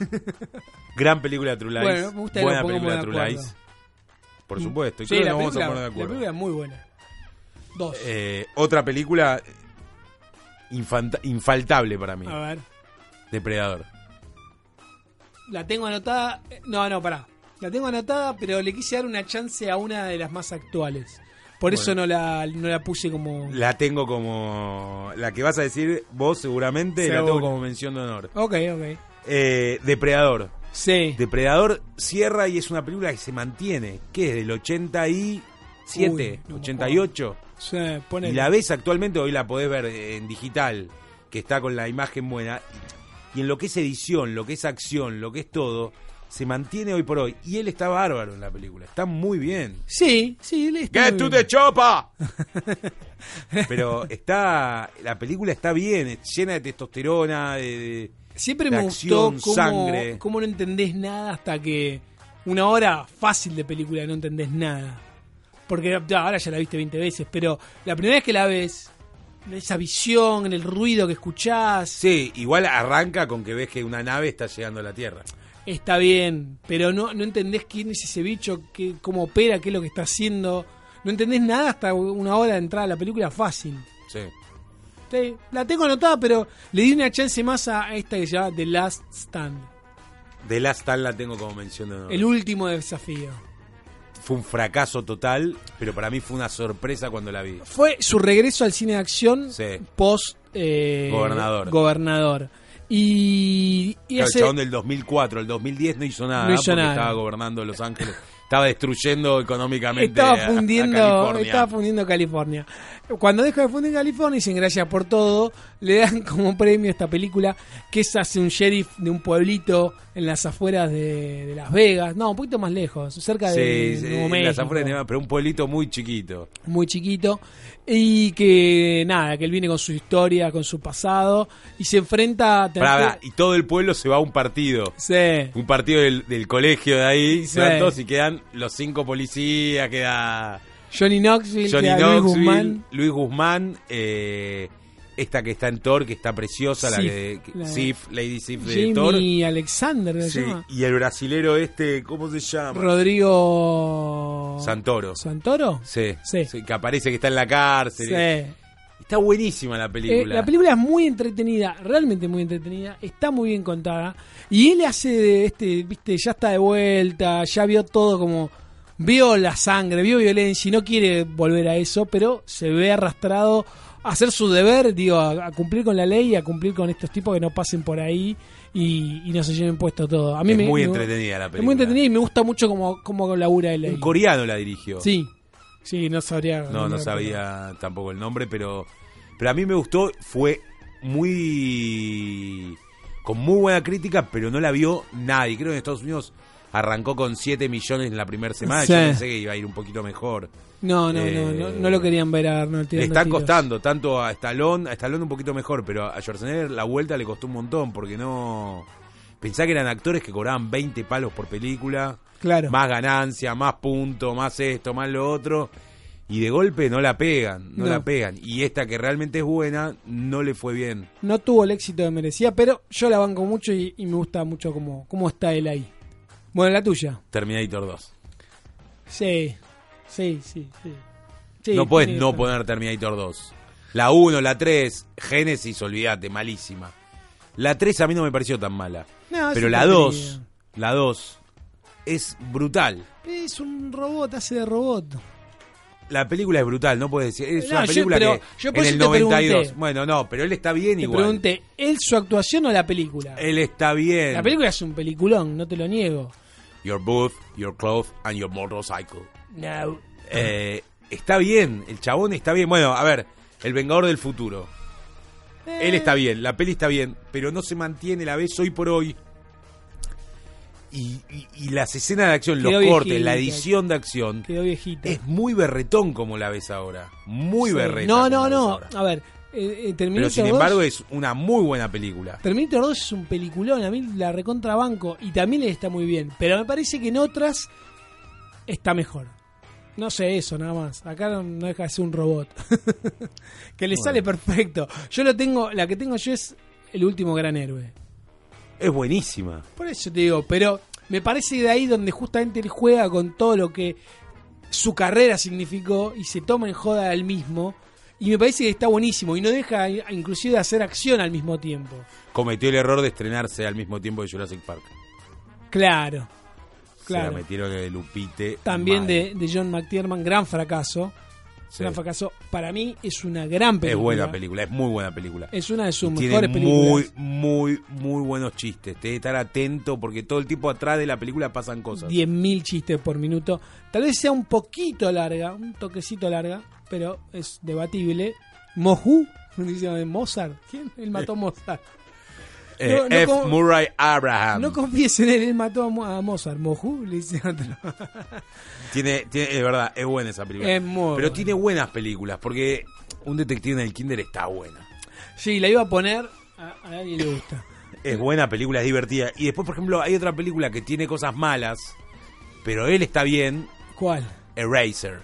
Speaker 5: Gran película True Lies.
Speaker 6: <laughs> Bueno, me gusta que
Speaker 5: Buena
Speaker 6: nos pongamos
Speaker 5: película
Speaker 6: de
Speaker 5: True
Speaker 6: acuerdo.
Speaker 5: Lies. Por supuesto, y
Speaker 6: Mm. Sí,
Speaker 5: creo que
Speaker 6: la
Speaker 5: nos vamos a
Speaker 6: película-
Speaker 5: poner de
Speaker 6: La
Speaker 5: acuerdo.
Speaker 6: película es muy buena. Dos.
Speaker 5: Eh, otra película eh, infanta- infaltable para mí.
Speaker 6: a ver.
Speaker 5: Depredador.
Speaker 6: La tengo anotada. eh, No, no, pará. La tengo anotada, pero le quise dar una chance a una de las más actuales. Por eso no la, no la puse como.
Speaker 5: La tengo como... La que vas a decir vos seguramente, la
Speaker 6: Seguro.
Speaker 5: tengo como mención de honor.
Speaker 6: Ok, ok.
Speaker 5: Eh, Depredador.
Speaker 6: Sí.
Speaker 5: Depredador cierra y es una película que se mantiene. ¿Qué? ¿Del 87?
Speaker 6: Uy, no me
Speaker 5: 88.
Speaker 6: Sí,
Speaker 5: Y
Speaker 6: ponele.
Speaker 5: la ves actualmente, hoy la podés ver eh, en digital, que está con la imagen buena. Y en lo que es edición, lo que es acción, lo que es todo, se mantiene hoy por hoy. Y él está bárbaro en la película, está muy bien.
Speaker 6: Sí, sí, le está
Speaker 5: ¡Get
Speaker 6: muy
Speaker 5: to
Speaker 6: bien.
Speaker 5: the
Speaker 6: <laughs>
Speaker 5: chopa! <laughs> Pero está. La película está bien, es llena de testosterona, de. de-
Speaker 6: Siempre
Speaker 5: de
Speaker 6: me
Speaker 5: acción,
Speaker 6: gustó cómo,
Speaker 5: sangre.
Speaker 6: cómo no entendés nada hasta que una hora fácil de película no entendés nada. Porque ya, ahora ya la viste 20 veces, pero la primera vez que la ves, esa visión, el ruido que escuchás,
Speaker 5: Sí, igual arranca con que ves que una nave está llegando a la Tierra.
Speaker 6: está bien, pero no, no entendés quién es ese bicho, qué, cómo opera, qué es lo que está haciendo. No entendés nada hasta una hora de entrada a la película fácil.
Speaker 5: Sí.
Speaker 6: Sí, la tengo anotada, pero le di una chance más a esta que se llama The Last Stand.
Speaker 5: The Last Stand la tengo como mención de honor.
Speaker 6: El último desafío.
Speaker 5: Fue un fracaso total, pero para mí fue una sorpresa cuando la vi.
Speaker 6: Fue su regreso al cine de acción
Speaker 5: Sí.
Speaker 6: post eh,
Speaker 5: Gobernador.
Speaker 6: gobernador. Y, y
Speaker 5: Claro,
Speaker 6: hace-
Speaker 5: El chabón del 2004, el 2010 no hizo nada
Speaker 6: No hizo
Speaker 5: porque
Speaker 6: nada.
Speaker 5: estaba gobernando Los Ángeles. Estaba destruyendo económicamente
Speaker 6: estaba
Speaker 5: a- a
Speaker 6: fundiendo,
Speaker 5: California.
Speaker 6: estaba fundiendo California. Cuando deja de fundir California, dicen gracias por todo, le dan <laughs> como premio esta película que es hace un sheriff de un pueblito en las afueras de, de Las Vegas, no, un poquito más lejos, cerca de
Speaker 5: Sí, sí,
Speaker 6: Nuevo
Speaker 5: en las
Speaker 6: México.
Speaker 5: afueras de Nevada, pero un pueblito muy chiquito.
Speaker 6: muy chiquito y que nada, que él viene con su historia, con su pasado y se enfrenta a
Speaker 5: Pará, pará, y todo el pueblo se va a un partido.
Speaker 6: Sí.
Speaker 5: Un partido del, del colegio de ahí, se van
Speaker 6: Sí.
Speaker 5: todos y quedan los cinco policías, queda
Speaker 6: Johnny Knoxville,
Speaker 5: Johnny
Speaker 6: queda Luis
Speaker 5: Knoxville,
Speaker 6: Guzmán,
Speaker 5: Luis Guzmán, eh, esta que está en Thor, que está preciosa, la
Speaker 6: Sif,
Speaker 5: que, que-
Speaker 6: la-
Speaker 5: Sif, Lady Sif de Thor.
Speaker 6: Jimmy Alexander, ¿se
Speaker 5: Sí,
Speaker 6: llama?
Speaker 5: y el brasilero este, ¿cómo se llama?
Speaker 6: Rodrigo
Speaker 5: Santoro.
Speaker 6: Santoro.
Speaker 5: Sí,
Speaker 6: Sí.
Speaker 5: sí, que aparece que está en la cárcel.
Speaker 6: Sí.
Speaker 5: Está buenísima la
Speaker 6: Eh,
Speaker 5: película.
Speaker 6: la película es muy entretenida, realmente muy entretenida, está muy bien contada. Y él hace de este, viste, ya está de vuelta, ya vio todo como. Vio la sangre, vio violencia y no quiere volver a eso, pero se ve arrastrado a hacer su deber, digo, a, a cumplir con la ley y a cumplir con estos tipos que no pasen por ahí y, y no se lleven puesto todo. A mí
Speaker 5: es
Speaker 6: me,
Speaker 5: muy
Speaker 6: me-
Speaker 5: entretenida la
Speaker 6: Es
Speaker 5: película.
Speaker 6: muy entretenida y me gusta mucho como, como labura él ahí.
Speaker 5: Un coreano la dirigió.
Speaker 6: Sí, sí, no sabría.
Speaker 5: No, no sabía tampoco el nombre, pero, pero a mí me gustó. Fue muy. con muy buena crítica, pero no la vio nadie. Creo que en Estados Unidos arrancó con 7 millones en la primera semana.
Speaker 6: Sí.
Speaker 5: Yo pensé que iba a ir un poquito mejor.
Speaker 6: No, no,
Speaker 5: Eh,
Speaker 6: no, no, no lo querían ver a Arnold.
Speaker 5: Le
Speaker 6: tirando
Speaker 5: están
Speaker 6: tiros.
Speaker 5: costando, tanto a Stallone, a Stallone un poquito mejor, pero a Schwarzenegger la vuelta le costó un montón, porque no... Pensá que eran actores que cobraban 20 palos por película,
Speaker 6: Claro.
Speaker 5: más ganancia, más puntos, más esto, más lo otro, y de golpe no la pegan, no,
Speaker 6: No.
Speaker 5: la pegan. Y esta que realmente es buena, no le fue bien.
Speaker 6: No tuvo el éxito de merecía, pero yo la banco mucho y, y me gusta mucho cómo, cómo está él ahí. Bueno, la tuya.
Speaker 5: Terminator 2.
Speaker 6: Sí, sí, sí. sí. Sí,
Speaker 5: no puedes
Speaker 6: tiene
Speaker 5: no
Speaker 6: que-
Speaker 5: poner Terminator 2. La 1, la 3, Génesis, olvídate, malísima. La 3 a mí no me pareció tan mala.
Speaker 6: No, es
Speaker 5: pero
Speaker 6: una
Speaker 5: la 2,
Speaker 6: porquería.
Speaker 5: la 2 es brutal.
Speaker 6: Es un robot, hace de robot.
Speaker 5: La película es brutal, no puedes decir. Es
Speaker 6: No,
Speaker 5: una
Speaker 6: yo-
Speaker 5: película
Speaker 6: pero
Speaker 5: que
Speaker 6: yo por
Speaker 5: en
Speaker 6: eso
Speaker 5: el
Speaker 6: te
Speaker 5: 92.
Speaker 6: pregunté.
Speaker 5: bueno, no, pero él está bien
Speaker 6: Te
Speaker 5: igual. Eh,
Speaker 6: pregunté, ¿él su actuación o la película?
Speaker 5: Él está bien.
Speaker 6: La película es un peliculón, no te lo niego.
Speaker 5: Your booth, your clothes and your motorcycle.
Speaker 6: No.
Speaker 5: Eh, está bien, el chabón está bien. Bueno, a ver, El Vengador del Futuro.
Speaker 6: Eh.
Speaker 5: Él está bien, la peli está bien, pero no se mantiene, la ves hoy por hoy. Y, y- y las escenas de acción, los
Speaker 6: Quedó
Speaker 5: cortes,
Speaker 6: viejita.
Speaker 5: la edición de acción,
Speaker 6: Quedó viejita.
Speaker 5: es muy berretón como la ves ahora. Muy
Speaker 6: Sí.
Speaker 5: berretón.
Speaker 6: No, no, no. A ver, eh, eh,
Speaker 5: Pero
Speaker 6: Terminator
Speaker 5: sin
Speaker 6: 2,
Speaker 5: embargo es una muy buena película.
Speaker 6: Terminator 2 es un peliculón, a mí la recontrabanco y también le está muy bien, pero me parece que en otras está mejor. No sé eso, nada más. Acá no, no deja de ser un robot. <laughs> que le sale perfecto. Yo lo tengo, la que tengo yo es el último gran héroe.
Speaker 5: Es buenísima.
Speaker 6: Por eso te digo, pero me parece de ahí donde justamente él juega con todo lo que su carrera significó y se toma en joda al mismo. Y me parece que está buenísimo y no deja i- inclusive de hacer acción al mismo tiempo.
Speaker 5: Cometió el error de estrenarse al mismo tiempo de Jurassic Park.
Speaker 6: Claro,
Speaker 5: Se la
Speaker 6: claro.
Speaker 5: metieron en el Lupite.
Speaker 6: También
Speaker 5: mal.
Speaker 6: de, de John McTierman, gran fracaso. Es un gran fracaso. Para mí es una gran
Speaker 5: Es
Speaker 6: película.
Speaker 5: buena película, es muy buena película.
Speaker 6: Es una de sus
Speaker 5: Tiene
Speaker 6: mejores películas.
Speaker 5: Muy, muy, muy buenos chistes. Tenés que estar atento porque todo el tiempo atrás de la película pasan cosas.
Speaker 6: 10.000 chistes por minuto. Tal vez sea un poquito larga, un toquecito larga, pero es debatible. <laughs> Mohu, dicen de eh, Mozart. ¿Quién?
Speaker 5: <laughs>
Speaker 6: Él mató a Mozart.
Speaker 5: Eh,
Speaker 6: no, no
Speaker 5: F.
Speaker 6: como-
Speaker 5: Murray Abraham.
Speaker 6: No confíes en él, él mató a, Mo- a Mozart. Mohu, le dicen a <laughs> otro.
Speaker 5: Tiene, tiene- es verdad, es buena esa película.
Speaker 6: Es muy
Speaker 5: Pero
Speaker 6: buena.
Speaker 5: tiene buenas películas porque Un detective en el kinder está buena.
Speaker 6: Sí, la iba a poner. A, a nadie le gusta.
Speaker 5: Es buena película, es divertida. Y después, por ejemplo, hay otra película que tiene cosas malas, pero él está bien,
Speaker 6: ¿Cuál?
Speaker 5: Eraser.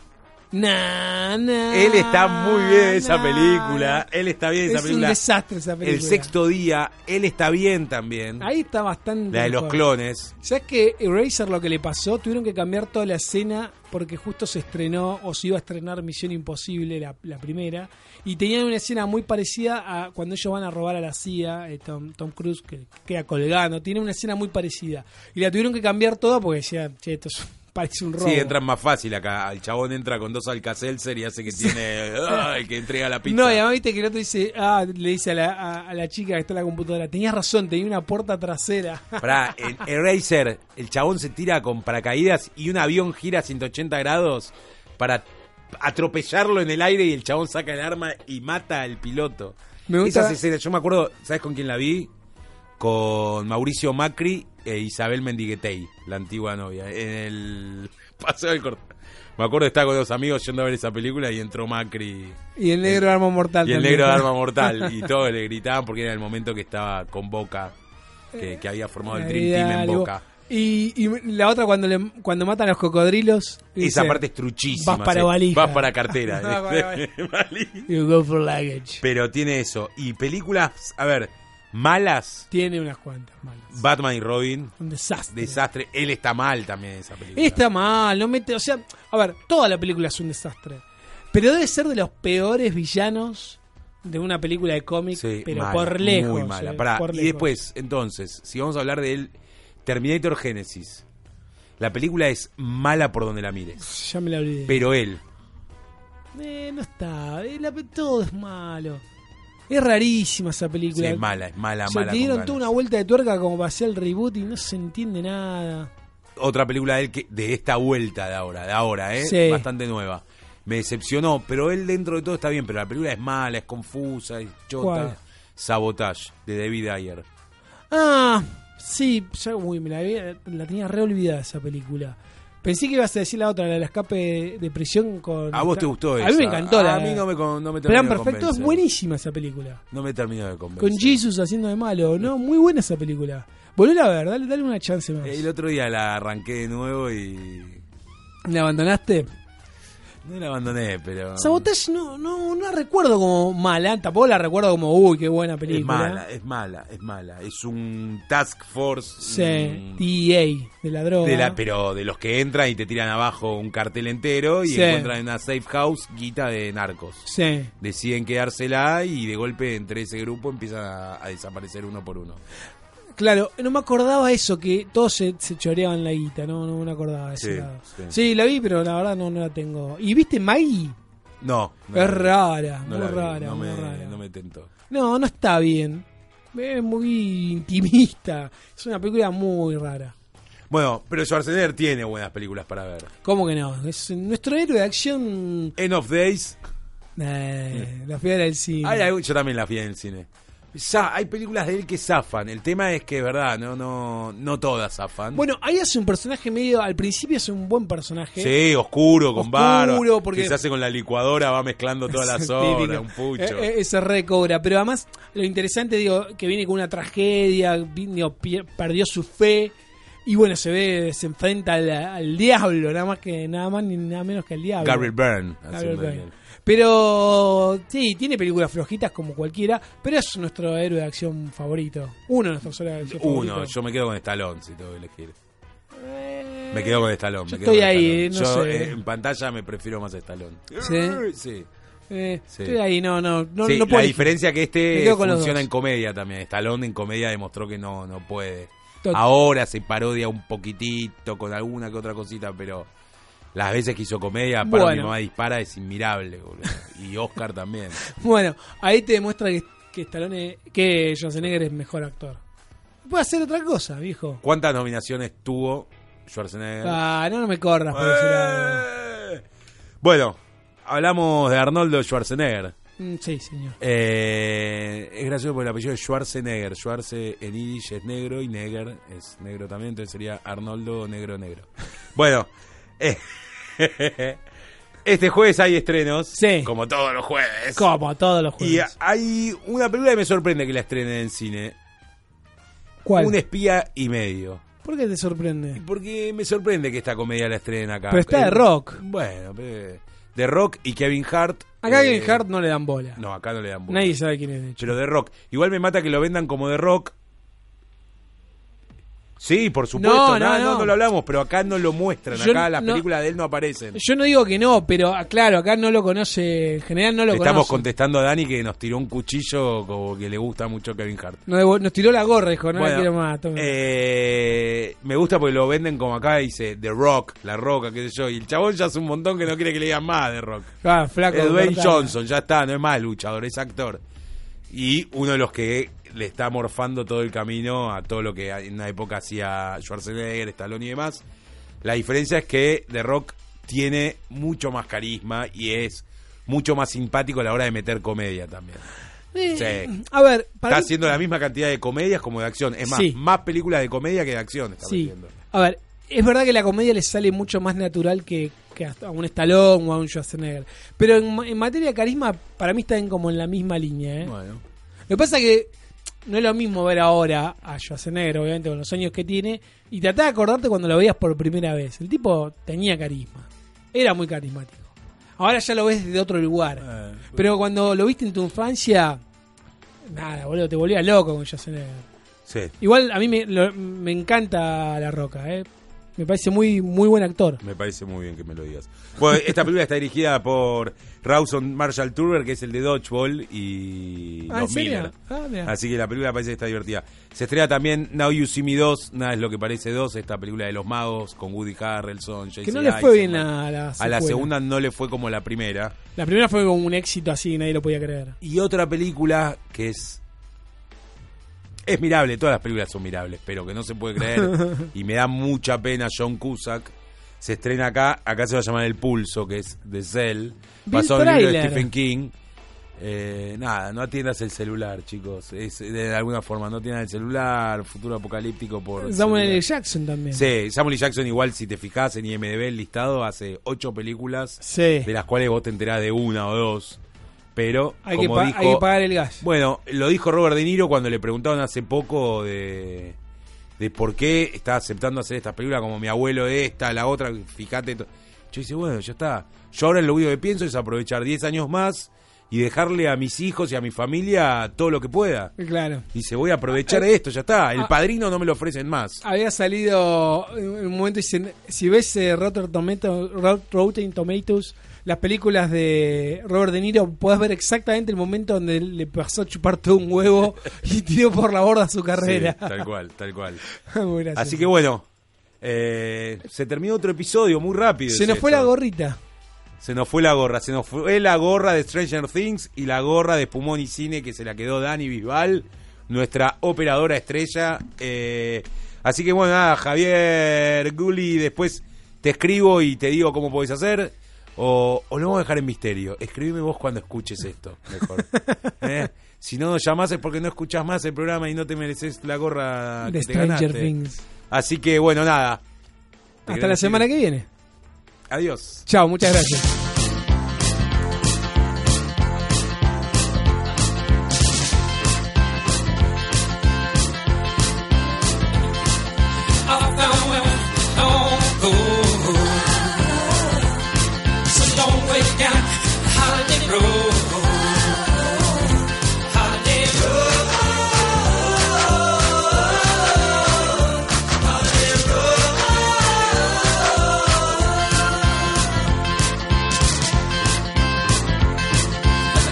Speaker 6: Na, na,
Speaker 5: Él está muy bien en esa
Speaker 6: na.
Speaker 5: película. Él está bien en esa
Speaker 6: Ah, Es un
Speaker 5: película.
Speaker 6: desastre esa película.
Speaker 5: El sexto día, él está bien también.
Speaker 6: Ahí está bastante.
Speaker 5: La de los
Speaker 6: mejor.
Speaker 5: clones.
Speaker 6: ¿Sabes que Eraser lo que le pasó? Tuvieron que cambiar toda la escena porque justo se estrenó o se iba a estrenar Misión Imposible, la, la primera. Y tenían una escena muy parecida a cuando ellos van a robar a la CIA, eh, Tom, Tom Cruise que queda colgando. Tiene una escena muy parecida. Y la tuvieron que cambiar toda porque decían, che, esto es- parece un <laughs> robo.
Speaker 5: Sí, entran más fácil acá. El chabón entra con dos alcacelser y hace que
Speaker 6: <laughs>
Speaker 5: tiene. ¡Ay! Que entrega la pizza.
Speaker 6: No, y además viste que el otro dice, ah, le dice a la, a- a la chica que está en la computadora, tenías razón, tenía una puerta trasera. <laughs>
Speaker 5: Pará, en Eraser, el chabón se tira con paracaídas y un avión gira a 180 grados para atropellarlo en el aire y el chabón saca el arma y mata al piloto.
Speaker 6: Me gusta-
Speaker 5: Esas escenas, yo me acuerdo, ¿sabes con quién la vi? Con Mauricio Macri e Isabel Mendiguetei, la antigua novia, en el <laughs> Paseo del Corte. Me acuerdo que estaba con dos amigos yendo a ver esa película y entró Macri
Speaker 6: Y el negro arma mortal.
Speaker 5: y el
Speaker 6: también.
Speaker 5: negro de arma mortal.
Speaker 6: <laughs>
Speaker 5: Y todos le gritaban porque era el momento que estaba con Boca, que, que había formado
Speaker 6: Eh,
Speaker 5: el Dream Team en
Speaker 6: Dale, vos.
Speaker 5: Boca.
Speaker 6: Y, y la otra cuando le, cuando matan a los cocodrilos.
Speaker 5: Esa
Speaker 6: dice,
Speaker 5: parte es truchísima.
Speaker 6: Vas para
Speaker 5: sí.
Speaker 6: valija.
Speaker 5: Vas para cartera.
Speaker 6: <laughs> Vas
Speaker 5: <laughs>
Speaker 6: para
Speaker 5: Valija.
Speaker 6: You go for luggage.
Speaker 5: Pero tiene eso. Y películas, a ver, malas.
Speaker 6: Tiene unas cuantas malas.
Speaker 5: Batman y Robin.
Speaker 6: Un desastre.
Speaker 5: Desastre. Él está mal también en esa película.
Speaker 6: Está mal, no mete. O sea, a ver, toda la película es un desastre. Pero debe ser de los peores villanos de una película de cómic,
Speaker 5: Sí,
Speaker 6: pero
Speaker 5: mala,
Speaker 6: por lejos.
Speaker 5: Muy mala.
Speaker 6: eh,
Speaker 5: Pará, y
Speaker 6: por lejos.
Speaker 5: después, entonces, si vamos a hablar del Terminator Genesis. La película es mala por donde la mires.
Speaker 6: Ya me la olvidé.
Speaker 5: Pero él.
Speaker 6: Eh, no está. eh, la- todo es malo. Es rarísima esa
Speaker 5: Sí,
Speaker 6: película.
Speaker 5: es mala, es mala,
Speaker 6: O sea,
Speaker 5: mala.
Speaker 6: te
Speaker 5: con
Speaker 6: dieron
Speaker 5: ganas.
Speaker 6: toda una vuelta de tuerca como para hacer el reboot y no se entiende nada.
Speaker 5: Otra película de él que, de esta vuelta de ahora, de ahora, ¿eh?
Speaker 6: Sí.
Speaker 5: Bastante nueva. Me decepcionó, pero él dentro de todo está bien, pero la película es mala, es confusa, es chota.
Speaker 6: ¿Cuál?
Speaker 5: Sabotage, de David Ayer.
Speaker 6: Ah, sí, ya uy, me la, había- la tenía re olvidada esa película. Pensé que ibas a decir la otra, la del escape de, de prisión con.
Speaker 5: ¿A vos te gustó
Speaker 6: A
Speaker 5: esa?
Speaker 6: mí me encantó
Speaker 5: A
Speaker 6: la.
Speaker 5: mí no me con- no me terminó de
Speaker 6: Plan Perfecto es
Speaker 5: convencer.
Speaker 6: buenísima esa película.
Speaker 5: No me terminó de convencer.
Speaker 6: Con Jesus haciendo de malo, ¿no? Muy buena esa película. Volvela a ver, dale, dale una chance más.
Speaker 5: El otro día la arranqué de nuevo y.
Speaker 6: ¿La abandonaste?
Speaker 5: No la abandoné, pero.
Speaker 6: Sabotage no, no, no la recuerdo como mala, tampoco la recuerdo como, uy, qué buena película.
Speaker 5: Es mala, es mala, es mala. Es un Task Force.
Speaker 6: Sí,
Speaker 5: mm,
Speaker 6: DEA, de la droga.
Speaker 5: De la, pero de los que entran y te tiran abajo un cartel entero y
Speaker 6: Sí.
Speaker 5: encuentran en una safe house guita de narcos.
Speaker 6: Sí.
Speaker 5: Deciden quedársela y de golpe entre ese grupo empiezan a, a desaparecer uno por uno.
Speaker 6: Claro, no me acordaba eso, que todos se, se choreaban la guita, no, no me acordaba de ese
Speaker 5: Sí,
Speaker 6: lado.
Speaker 5: sí.
Speaker 6: Sí. la vi, pero la verdad no, no la tengo. ¿Y viste Maggie?
Speaker 5: No. no
Speaker 6: es
Speaker 5: la vi.
Speaker 6: rara,
Speaker 5: No
Speaker 6: muy
Speaker 5: la vi,
Speaker 6: rara,
Speaker 5: no
Speaker 6: muy
Speaker 5: me,
Speaker 6: rara.
Speaker 5: No me tentó.
Speaker 6: No, no está bien. Es muy intimista. Es una película muy rara.
Speaker 5: Bueno, pero Schwarzenegger tiene buenas películas para ver.
Speaker 6: ¿Cómo que no? Es nuestro héroe de acción.
Speaker 5: End of Days.
Speaker 6: Eh, la fiebre del cine.
Speaker 5: hay algo- yo también las vi en el cine. Za- hay películas de él que zafan. El tema es que, verdad, no, no, no todas zafan.
Speaker 6: Bueno, ahí hace un personaje medio. Al principio es un buen personaje. <laughs>
Speaker 5: Sí, oscuro, con barba.
Speaker 6: Oscuro, porque-
Speaker 5: Que se hace con la licuadora, va mezclando todas
Speaker 6: <laughs>
Speaker 5: las
Speaker 6: Típico.
Speaker 5: horas, un pucho.
Speaker 6: Eh, eh, Ese re cobra. Pero además, lo interesante, digo, que viene con una tragedia, vi- digo, pier- perdió su fe. Y bueno, se ve, se enfrenta al, al diablo, nada más que nada más ni nada menos que al diablo.
Speaker 5: Gabriel Byrne.
Speaker 6: Gabriel
Speaker 5: haciendo
Speaker 6: Byrne.
Speaker 5: de él.
Speaker 6: Pero sí, tiene películas flojitas como cualquiera, pero es nuestro héroe de acción favorito. Uno de nuestros héroes de acción
Speaker 5: Uno,
Speaker 6: favoritos.
Speaker 5: yo me quedo con Stallone si tengo que elegir. Me quedo con Stallone.
Speaker 6: yo
Speaker 5: me quedo
Speaker 6: estoy
Speaker 5: con
Speaker 6: ahí,
Speaker 5: Stallone.
Speaker 6: no
Speaker 5: Yo,
Speaker 6: sé.
Speaker 5: eh, en pantalla me prefiero más a Stallone.
Speaker 6: ¿Sí?
Speaker 5: Sí.
Speaker 6: Eh,
Speaker 5: Sí.
Speaker 6: Estoy ahí, no, no, no,
Speaker 5: Sí,
Speaker 6: no puedo
Speaker 5: la
Speaker 6: elegir.
Speaker 5: diferencia que
Speaker 6: Me
Speaker 5: este
Speaker 6: quedo con los
Speaker 5: funciona
Speaker 6: dos.
Speaker 5: en comedia también. Stallone en comedia demostró que no, no puede.
Speaker 6: Tot-
Speaker 5: Ahora se parodia un poquitito con alguna que otra cosita, pero Las veces que hizo comedia, para mi
Speaker 6: Bueno.
Speaker 5: mamá dispara, es inmirable, boludo. Y Oscar también.
Speaker 6: <laughs> Bueno, ahí te demuestra que, que Stallone, que Schwarzenegger es mejor actor. Puede hacer otra cosa, viejo.
Speaker 5: ¿Cuántas nominaciones tuvo Schwarzenegger? Eh.
Speaker 6: Ah, no, no me corras por ese lado.
Speaker 5: Bueno, hablamos de Arnoldo Schwarzenegger.
Speaker 6: Mm, Sí, señor.
Speaker 5: Eh, es gracioso porque el apellido es Schwarzenegger. Schwarze en Yiddish es negro y Neger es negro también, entonces sería Arnoldo Negro Negro. Bueno, eh, <laughs> este jueves hay estrenos, como todos los jueves.
Speaker 6: Como todos los
Speaker 5: Y
Speaker 6: juegos.
Speaker 5: hay una película que me sorprende que la estrenen en cine.
Speaker 6: ¿Cuál?
Speaker 5: Un Eh. espía y medio.
Speaker 6: ¿Por qué te sorprende?
Speaker 5: Porque me sorprende que esta comedia la estrenen acá.
Speaker 6: Pero está de
Speaker 5: Eh,
Speaker 6: rock.
Speaker 5: Bueno, pe- de rock y Kevin Hart.
Speaker 6: Acá
Speaker 5: eh,
Speaker 6: en Hart no le dan bola.
Speaker 5: No, acá no le dan bola.
Speaker 6: Nadie sabe quién es, de hecho.
Speaker 5: Pero de rock. Igual me mata que lo vendan como de rock. Sí, por supuesto. No,
Speaker 6: No,
Speaker 5: no,
Speaker 6: no,
Speaker 5: no,
Speaker 6: no.
Speaker 5: lo hablamos, pero acá no lo muestran.
Speaker 6: Yo
Speaker 5: acá las
Speaker 6: no-
Speaker 5: películas de él no aparecen.
Speaker 6: Yo no digo que no, pero ah, claro, acá no lo conoce, en general no lo
Speaker 5: Le estamos
Speaker 6: conoce.
Speaker 5: contestando a Dani que nos tiró un cuchillo como que le gusta mucho Kevin Hart.
Speaker 6: No le- nos tiró la gorra, dijo, no
Speaker 5: Bueno,
Speaker 6: la quiero más. toma.
Speaker 5: eh, me gusta porque lo venden como acá dice The Rock, La Roca, qué sé yo. Y el chabón ya hace un montón que no quiere que le digan más de Rock.
Speaker 6: Ah, flaco,
Speaker 5: es Dwayne
Speaker 6: cortala.
Speaker 5: Johnson, ya está, no es más luchador, es actor. Y uno de los que le está morfando todo el camino a todo lo que en una época hacía Schwarzenegger, Stallone y demás. La diferencia es que The Rock tiene mucho más carisma y es mucho más simpático a la hora de meter comedia también.
Speaker 6: Eh,
Speaker 5: sí.
Speaker 6: A ver, para
Speaker 5: Está
Speaker 6: mí-
Speaker 5: haciendo la misma cantidad de comedias como de acción. Es más,
Speaker 6: Sí.
Speaker 5: más películas de comedia que de acción está
Speaker 6: Sí.
Speaker 5: metiendo.
Speaker 6: A ver, es verdad que la comedia le sale mucho más natural que, que hasta a un Stallone o a un Schwarzenegger. Pero en, ma- en materia de carisma, para mí están como en la misma línea. ¿eh?
Speaker 5: Bueno.
Speaker 6: Lo que pasa que no es lo mismo ver ahora a Schwarzenegger, obviamente, con los años que tiene, y tratá de acordarte cuando lo veías por primera vez. El tipo tenía carisma. Era muy carismático. Ahora ya lo ves desde otro lugar.
Speaker 5: Eh,
Speaker 6: Pero cuando lo viste en tu infancia, nada, boludo, te volvías loco con Schwarzenegger.
Speaker 5: Sí.
Speaker 6: Igual a mí me, lo- me encanta La Roca, ¿eh? Me parece muy, muy buen actor.
Speaker 5: Me parece muy bien que me lo digas. Bueno, esta película está dirigida por Rawson Marshall Turber, que es el de Dodgeball y
Speaker 6: Ah, ¿en
Speaker 5: los
Speaker 6: serio?
Speaker 5: Miller.
Speaker 6: Ah, mirá.
Speaker 5: Así que la película parece que está divertida. Se estrena también Now You See Me 2, nada es lo que parece 2, esta película de los magos con Woody Harrelson, Jason
Speaker 6: Que no le fue bien
Speaker 5: Eisenman.
Speaker 6: la, la
Speaker 5: A
Speaker 6: secuela.
Speaker 5: la segunda no le fue como la primera.
Speaker 6: La primera fue como un éxito así que nadie lo podía creer.
Speaker 5: Y otra película que es. Es mirable, todas las películas son mirables, pero que no se puede creer.
Speaker 6: <laughs>
Speaker 5: y me da mucha pena John Cusack. Se estrena acá, acá se va a llamar El Pulso, que es de Cell.
Speaker 6: Vi
Speaker 5: Basado
Speaker 6: el
Speaker 5: en el libro de
Speaker 6: tráiler.
Speaker 5: Stephen King. Eh, nada, no atiendas el celular, chicos. Es, eh, de alguna forma, no atiendas el celular. Futuro apocalíptico por.
Speaker 6: Samuel L.
Speaker 5: celular.
Speaker 6: Jackson también.
Speaker 5: Sí, Samuel L. Jackson igual, si te fijas en IMDB el listado, hace ocho películas,
Speaker 6: Sí.
Speaker 5: de las cuales vos te enterás de una o dos. Pero,
Speaker 6: Hay, que
Speaker 5: como
Speaker 6: pa-
Speaker 5: dijo...
Speaker 6: hay que pagar el gas.
Speaker 5: Bueno, lo dijo Robert De Niro cuando le preguntaron hace poco de, de por qué está aceptando hacer estas películas como mi abuelo esta, la otra, fíjate. to- Yo dice, bueno, ya está. Yo ahora lo único que pienso es aprovechar 10 años más y dejarle a mis hijos y a mi familia todo lo que pueda.
Speaker 6: Claro.
Speaker 5: Dice, voy a aprovechar
Speaker 6: Ah, eh,
Speaker 5: esto, ya está. El padrino no me lo ofrecen más.
Speaker 6: Había salido en un momento dicen, si ves eh, Rotten, Tomato- Rot- Rotten Tomatoes, las películas de Robert De Niro, podés ver exactamente el momento donde le pasó a chupar todo
Speaker 5: <laughs>
Speaker 6: un huevo y tiró por la borda su carrera.
Speaker 5: Sí, tal cual, tal cual.
Speaker 6: <laughs> Muy gracioso.
Speaker 5: Así que bueno, eh, se terminó otro episodio muy rápido.
Speaker 6: Se
Speaker 5: es
Speaker 6: nos fue
Speaker 5: esto.
Speaker 6: la gorrita.
Speaker 5: Se nos fue la gorra, se nos fue la gorra de Stranger Things y la gorra de Pumón y Cine que se la quedó Dani Bisbal, nuestra operadora estrella. Eh, así que bueno, nada, Javier Gulli, después te escribo y te digo cómo podés hacer. O, o lo vamos a dejar en misterio. Escribime vos cuando escuches esto,
Speaker 6: <laughs>
Speaker 5: mejor. Eh, Si no nos llamás es porque no escuchás más el programa y no te mereces la gorra
Speaker 6: De
Speaker 5: que te
Speaker 6: Stranger
Speaker 5: ganaste.
Speaker 6: Things.
Speaker 5: Así que bueno, nada. ¿Te
Speaker 6: Hasta
Speaker 5: querés
Speaker 6: la
Speaker 5: decir?
Speaker 6: semana que viene.
Speaker 5: Adiós.
Speaker 6: Chao, muchas gracias.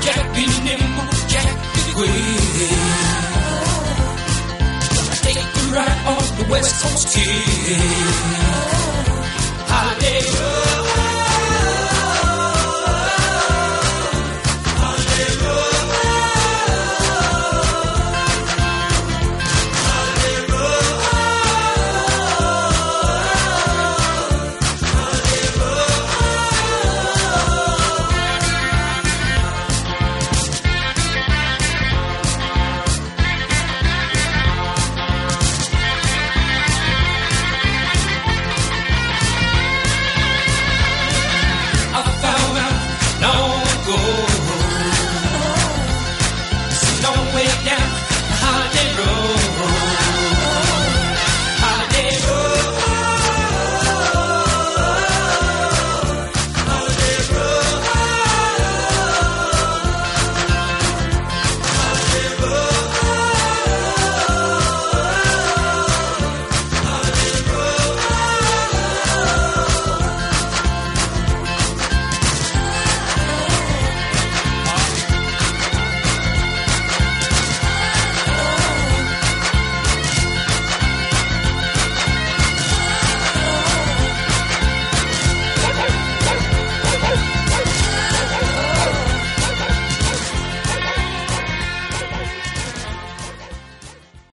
Speaker 7: Jack be nimble, Jack be quick. Take you right on the West Coast kid.